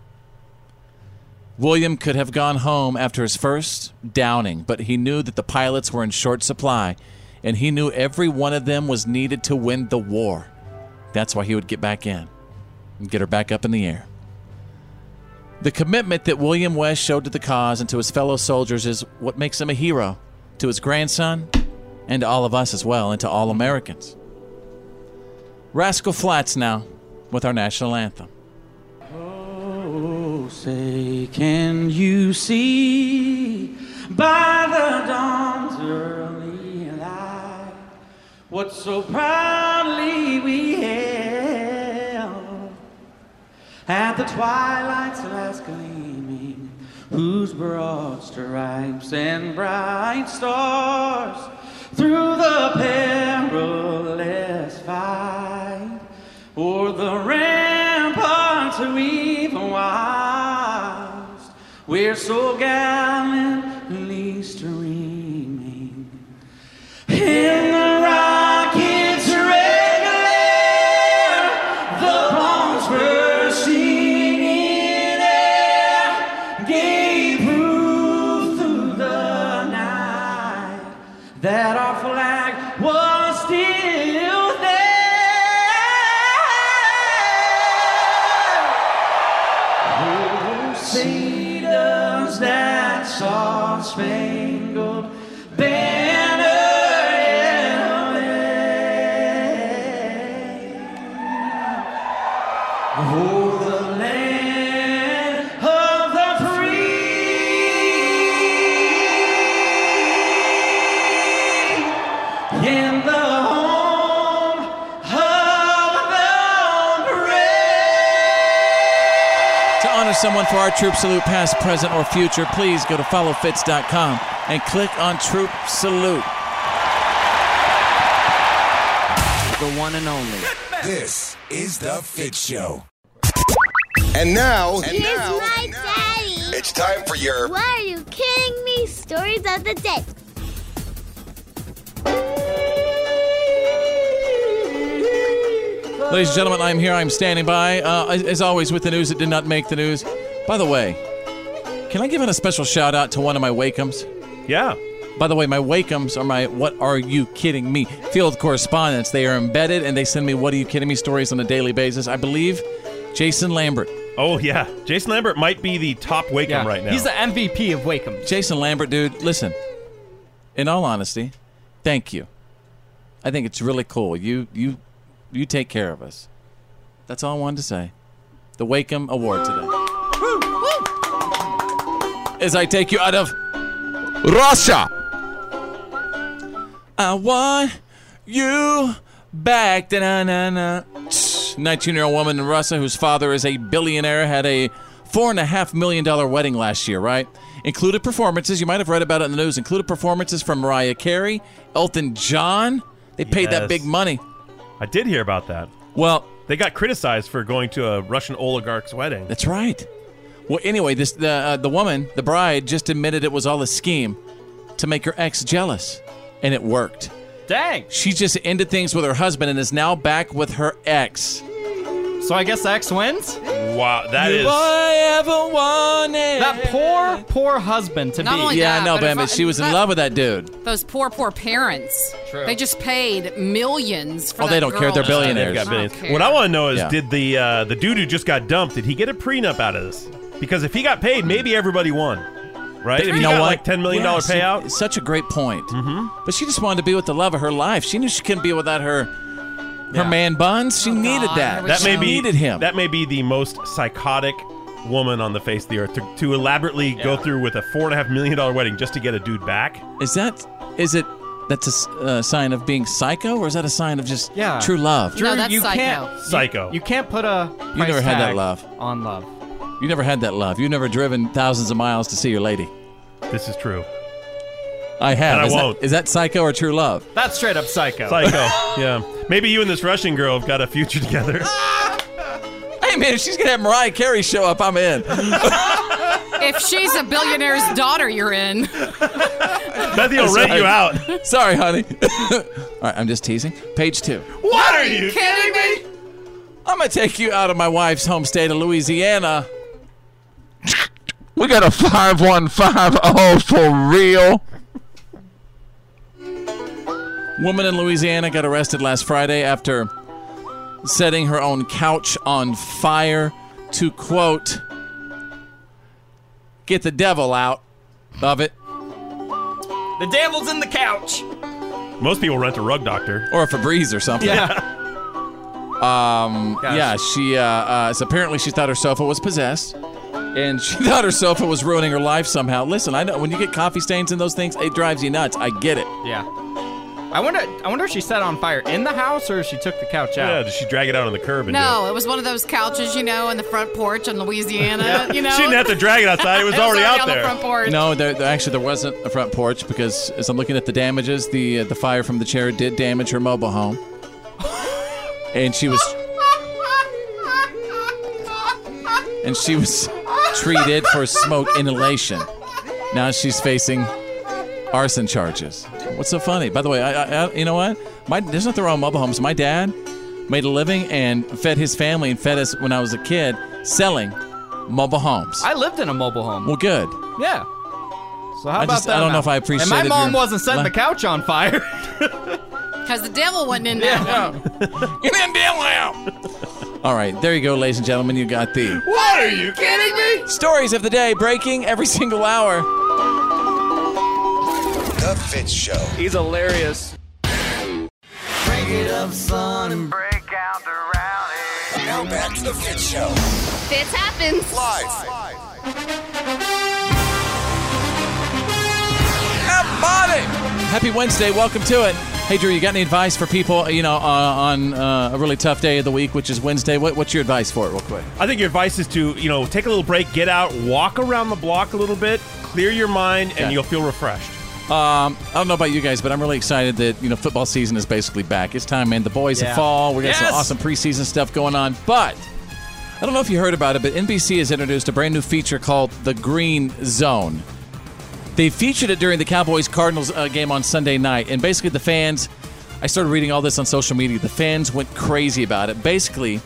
S7: William could have gone home after his first downing, but he knew that the pilots were in short supply, and he knew every one of them was needed to win the war. That's why he would get back in and get her back up in the air. The commitment that William West showed to the cause and to his fellow soldiers is what makes him a hero to his grandson and to all of us as well, and to all Americans. Rascal Flats now with our national anthem.
S11: Oh, say, can you see by the dawn's early light what what so proudly we hailed at the twilight's last gleaming, whose broad stripes and bright stars through the perilous fight o'er the ramparts we've watched, we're so gallantly streaming. In the rocket's regular, the bombs bursting in air gave proof through the night that our flag was still there. Oh, sailors that saw spangled banner yellow O'er the land of the free in the home of the brave.
S7: To honor someone for our troop salute, past, present, or future, please go to followfits.com and click on Troop Salute.
S6: The one and only. This is The Fit Show. And now, and
S2: Here's
S6: now
S2: my daddy.
S6: it's time for your.
S2: Why are you kidding me? Stories of the day.
S7: Ladies and gentlemen, I'm here. I'm standing by, uh, as, as always, with the news that did not make the news. By the way, can I give in a special shout out to one of my Wakeums?
S8: Yeah.
S7: By the way, my Wakeums are my What Are You Kidding Me field correspondents. They are embedded and they send me What Are You Kidding Me stories on a daily basis. I believe Jason Lambert.
S8: Oh, yeah. Jason Lambert might be the top Wakem right now.
S7: He's the MVP of Wakem. Jason Lambert, dude, listen. In all honesty, thank you. I think it's really cool. You you you take care of us. That's all I wanted to say. The Wakem Award today. As I take you out of Russia. I want you back. Da-na-na-na. 19 year old woman in Russia whose father is a billionaire had a $4.5 million wedding last year, right? Included performances, you might have read about it in the news, included performances from Mariah Carey, Elton John. They paid that
S8: Yes.
S7: big money.
S8: I did hear about that.
S7: Well,
S8: they got criticized for going to a Russian oligarch's wedding.
S7: That's right. Well, anyway, this the uh, the woman, the bride, just admitted it was all a scheme to make her ex jealous, and it worked.
S9: Dang.
S7: She just ended things with her husband and is now back with her ex.
S9: So I guess ex wins.
S8: Wow, that
S9: You
S8: is.
S7: I ever wanted.
S9: That poor, poor husband to
S10: Not
S9: be.
S10: only Yeah, I that, know, but if Bambi, I- she was in that- love
S7: with that dude.
S10: Those poor, poor parents.
S9: True.
S10: They just paid millions for
S8: Oh,
S10: that girl.
S8: They're billionaires.
S10: I don't care.
S8: What I want to know is,
S7: Yeah.
S8: did the uh, the dude who just got dumped? Did he get a prenup out of this? Because if he got paid, maybe everybody won, right? If
S7: You
S8: he
S7: know
S8: got
S7: what?
S8: like ten million dollar
S7: Yes, you-
S8: payout.
S7: it's Such a great point. Mm-hmm. But she just wanted to be with the love of her life. She knew she couldn't be without her her man buns.
S9: Oh,
S7: She needed that.
S8: That may
S7: She
S8: be
S7: needed him.
S8: That may be the most psychotic woman on the face of the earth to, to elaborately go through with a four and a half million dollar wedding just to get a dude back.
S7: Is that is it? That's a s- uh, sign of being psycho, or is that a sign of just
S9: Yeah.
S7: true love?
S9: Uh, Drew, you can't.
S8: Psycho.
S9: You, you can't put a.
S7: You never
S9: price
S7: had that
S9: tag
S7: love.
S9: On love.
S7: You never had that love. You've never driven thousands of miles to see your lady.
S8: This is true.
S7: I have.
S8: And I
S7: is
S8: won't.
S7: That, is that psycho or true love?
S9: That's straight up psycho.
S8: Psycho. yeah. Maybe you and this Russian girl have got a future together.
S7: (laughs) Hey man, if she's gonna have Mariah Carey show up, I'm in.
S8: (laughs)
S10: If she's a billionaire's daughter, you're in.
S8: Bethy
S7: (laughs)
S8: will rent you out.
S7: Sorry, honey. (laughs) All right, I'm just teasing. Page two.
S8: What are
S10: you kidding me?
S7: I'm gonna take you out of my wife's home state of Louisiana. We got a 5150 for real. Woman in Louisiana got arrested last Friday after setting her own couch on fire to quote get the devil out of it.
S9: (laughs) The devil's in the couch.
S8: Most people rent a rug doctor.
S7: Or a Febreze or something.
S9: Yeah.
S7: Um, yeah, she, uh, uh, so apparently she thought her sofa was possessed. And she (laughs) thought her sofa was ruining her life somehow. Listen, I know when you get coffee stains in those things, it drives you nuts. I get it.
S9: Yeah. I wonder. I wonder if she set on fire in the house or if she took the couch out.
S8: Yeah, did she drag it out on the curb? And
S10: No, it was one of those couches, you know, in the front porch in Louisiana.
S8: Yeah.
S10: You know,
S8: She didn't have to drag it outside.
S10: (laughs)
S8: It was already out
S10: on the
S8: there.
S10: front porch.
S7: No, there, there- actually there wasn't a front porch because as I'm looking at the damages, the uh, the fire from the chair did damage her mobile home, and she was
S10: (laughs)
S7: and she was treated for smoke inhalation. Now she's facing arson charges. What's so funny? By the way, I, I, I you know what? My there's nothing wrong with mobile homes. My dad made a living and fed his family and fed us when I was a kid selling mobile homes.
S9: I lived in a mobile home.
S7: Well, good.
S9: Yeah. So how
S7: I
S9: about
S7: just-
S9: that?
S7: I don't know
S9: now?
S7: if I appreciated
S9: And my mom
S7: your-
S9: wasn't setting
S7: my-
S9: the couch on fire. (laughs)
S10: Because the devil wasn't in that one.
S7: Get in damn All right, there you go, ladies and gentlemen. You got the
S18: What are you kidding me?
S7: stories of the day breaking every (laughs) single hour.
S6: The Fitz Show.
S18: He's hilarious.
S6: Break it up, son, and break out the rally. Now back to the Fitz Show.
S3: Fits happens.
S6: Live.
S7: Happy Wednesday. Welcome to it. Hey, Drew, you got any advice for people, you know, uh, on uh, a really tough day of the week, which is Wednesday? What, what's your advice for it, real quick?
S8: I think your advice is to, you know, take a little break, get out, walk around the block a little bit, clear your mind,
S7: Yeah.
S8: and you'll feel refreshed.
S7: Um, I don't know about you guys, but I'm really excited that, you know, football season is basically back. It's time, man. The boys
S8: Yeah.
S7: have fall. We got
S8: Yes!
S7: some awesome preseason stuff going on. But I don't know if you heard about it, but NBC has introduced a brand new feature called the Green Zone. They featured it during the Cowboys Cardinals uh, game on Sunday night, and basically the fans. I started reading all this on social media. The fans went crazy about it. Basically,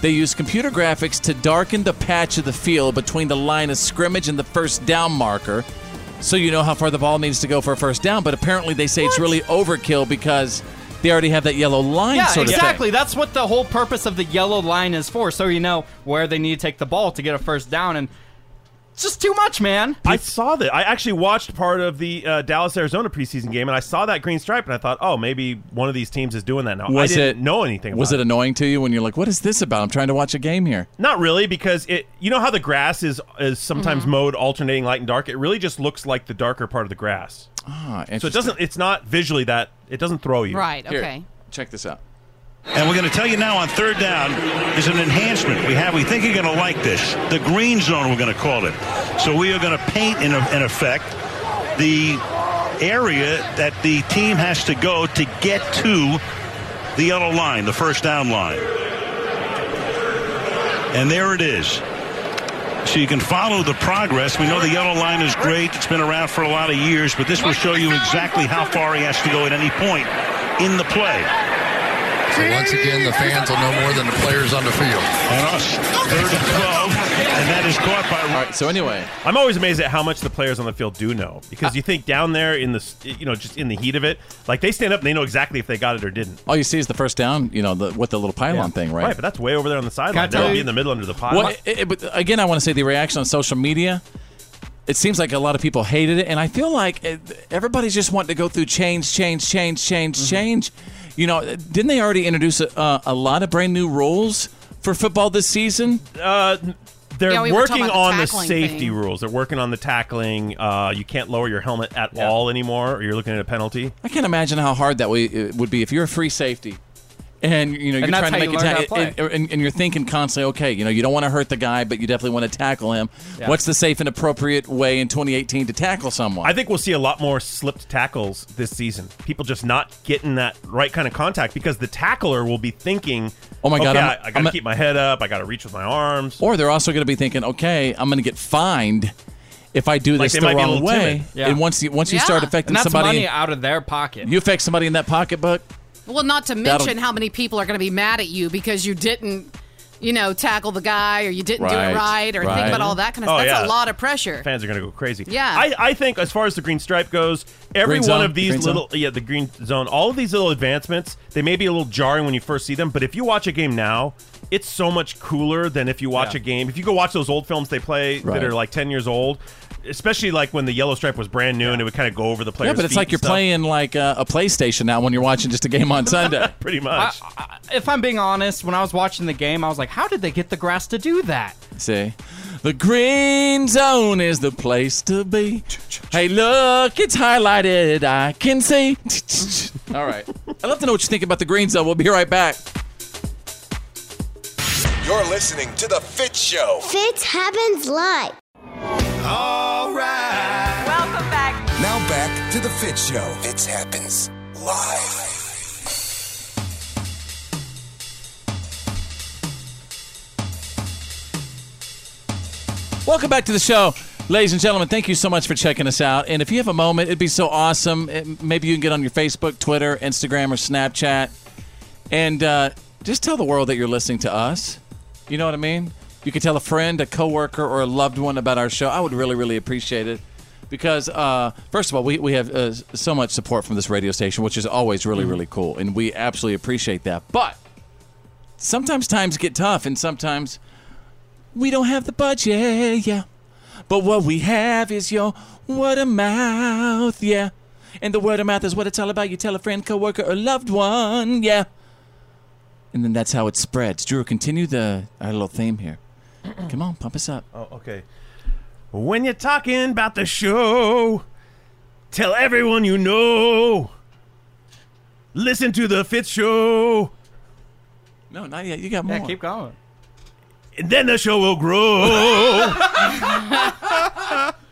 S7: they used computer graphics to darken the patch of the field between the line of scrimmage and the first down marker, so you know how far the ball needs to go for a first down. But apparently, they say it's really overkill because they already have that yellow line
S9: yeah,
S7: sort of thing.
S9: exactly. That's what the whole purpose of the yellow line is for, so you know where they need to take the ball to get a first down. And it's just too much, man.
S8: I saw that. I actually watched part of the uh, Dallas Arizona preseason game, and I saw that green stripe, and I thought, oh, maybe one of these teams is doing that now.
S7: Was
S8: I didn't
S7: it-
S8: know anything. About
S7: Was it annoying to you when you're like, "What is this about? I'm trying to watch a game here."
S8: Not really, because it. You know how the grass is is sometimes
S10: Mm-hmm.
S7: Mhm.
S8: mowed alternating light and dark. It really just looks like the darker part of the grass.
S7: Ah,
S8: so
S7: interesting.
S8: it doesn't. It's not visually that. It doesn't throw you.
S10: Right, Here. okay.
S7: Check this out.
S19: And we're going to tell you now on third down is an enhancement we have. We think you're going to like this. The green zone, we're going to call it. So we are going to paint, in, in effect, the area that the team has to go to get to the yellow line, the first down line. And there it is. So you can follow the progress. We know the yellow line is great. It's been around for a lot of years, but this will show you exactly how far he has to go at any point in the play.
S20: So once again, the fans will know more than the players on the field.
S19: And us, third and 12, and that is caught by. All
S7: right. So anyway,
S8: I'm always amazed at how much the players on the field do know because you think down there in the s- you know just in the heat of it, like they stand up and they know exactly if they got it or didn't.
S7: All you see is the first down, you know, the, with the little pylon thing, right?
S8: Right, but that's way over there on the
S7: Can I
S8: sideline.
S7: tell
S8: They'll
S7: you-
S8: be in the middle under the pile.
S7: Well, it- it- but again, I want to say the reaction on social media. It seems like a lot of people hated it, and I feel like it, everybody's just wanting to go through change, change, change, change,
S8: Mm-hmm.
S7: change. You know, didn't they already introduce a, uh, a lot of brand new rules for football this season?
S8: Uh, they're
S7: Yeah, we were
S8: working
S7: talking about the
S8: on the
S7: tackling
S8: safety
S7: thing.
S8: rules. They're working on the tackling. Uh, you can't lower your helmet at all anymore, or you're looking at a penalty.
S7: I can't imagine how hard that way it would be if you're a free safety. And you know
S8: And
S7: you're
S8: that's
S7: trying to
S8: how
S7: make
S8: you
S7: a
S8: learn
S7: tackle,
S8: how to
S7: and, and- and you're thinking constantly, okay, you know you don't want to hurt the guy, but you definitely want to tackle him.
S8: Yeah.
S7: What's the safe and appropriate way in 2018 to tackle someone?
S8: I think we'll see a lot more slipped tackles this season. People just not getting that right kind of contact because the tackler will be thinking,
S7: Oh my God,
S8: okay,
S7: I'm-
S8: I, I gotta
S7: I'm a-
S8: keep my head up. I gotta reach with my arms."
S7: Or they're also going to be thinking, okay, I'm going to get fined if I do
S8: Like
S7: this
S8: they
S7: the
S8: might be a
S7: wrong
S8: little
S7: way.
S9: timid.
S7: And once you, once you
S10: Yeah.
S7: start affecting
S9: and that's
S7: somebody,
S9: money out of their pocket.
S7: you affect somebody in that pocketbook.
S10: Well, not to
S7: That'll-
S10: mention how many people are going to be mad at you because you didn't, you know, tackle the guy or you didn't do
S8: Right,
S10: it right or
S8: right.
S10: think about all that kind of
S8: Oh,
S10: stuff. That's
S8: yeah.
S10: a lot of pressure.
S8: Fans are going to go crazy.
S10: Yeah.
S8: I, I think as far as the green stripe goes, every
S7: Green
S8: one
S7: zone,
S8: of these
S7: green zone.
S8: little yeah the green zone, all of these little advancements, they may be a little jarring when you first see them, but if you watch a game now, it's so much cooler than if you watch a
S9: Yeah.
S8: game. If you go watch those old films they play
S7: Right.
S8: that are like ten years old. Especially like when the yellow stripe was brand new and it would kind of go over the players.
S7: yeah, but it's
S8: feet
S7: like
S8: and
S7: you're
S8: stuff.
S7: playing like uh, a PlayStation now when you're watching just a game
S8: (laughs)
S7: on Sunday.
S8: Pretty much.
S9: I- if I'm being honest, when I was watching the game, I was like, "How did they get the grass to do that?"
S7: See, The green zone is the place to be. Hey, look, it's highlighted. I can see. (laughs) All right. I'd love to know what you think about the green zone. We'll be right back.
S6: You're listening to The Fit Show.
S2: Fits happens live.
S6: All right. Welcome back. Now back to The Fit Show. Fits happens live.
S7: Welcome back to the show. Ladies and gentlemen, thank you so much for checking us out. And if you have a moment, it'd be so awesome. It- maybe you can get on your Facebook, Twitter, Instagram, or Snapchat. And uh, just tell the world that you're listening to us. You know what I mean? You could tell a friend, a coworker, or a loved one about our show. I would really, really appreciate it. Because, uh, first of all, we, we have uh, so much support from this radio station, which is always really, really cool. And we absolutely appreciate that. But sometimes times get tough, and sometimes we don't have the budget, yeah. But what we have is your word of mouth, yeah. And the word of mouth is what it's all about. You tell a friend, coworker, or loved one, yeah. And then that's how it spreads. Drew, continue the our little theme here. (clears throat) Come on, pump us up.
S8: Oh, okay. When you're talking about the show, tell everyone you know. Listen to the Fitz show.
S7: No, not yet. You got
S9: Yeah,
S7: more.
S9: keep going.
S8: And then the show will grow.
S7: (laughs)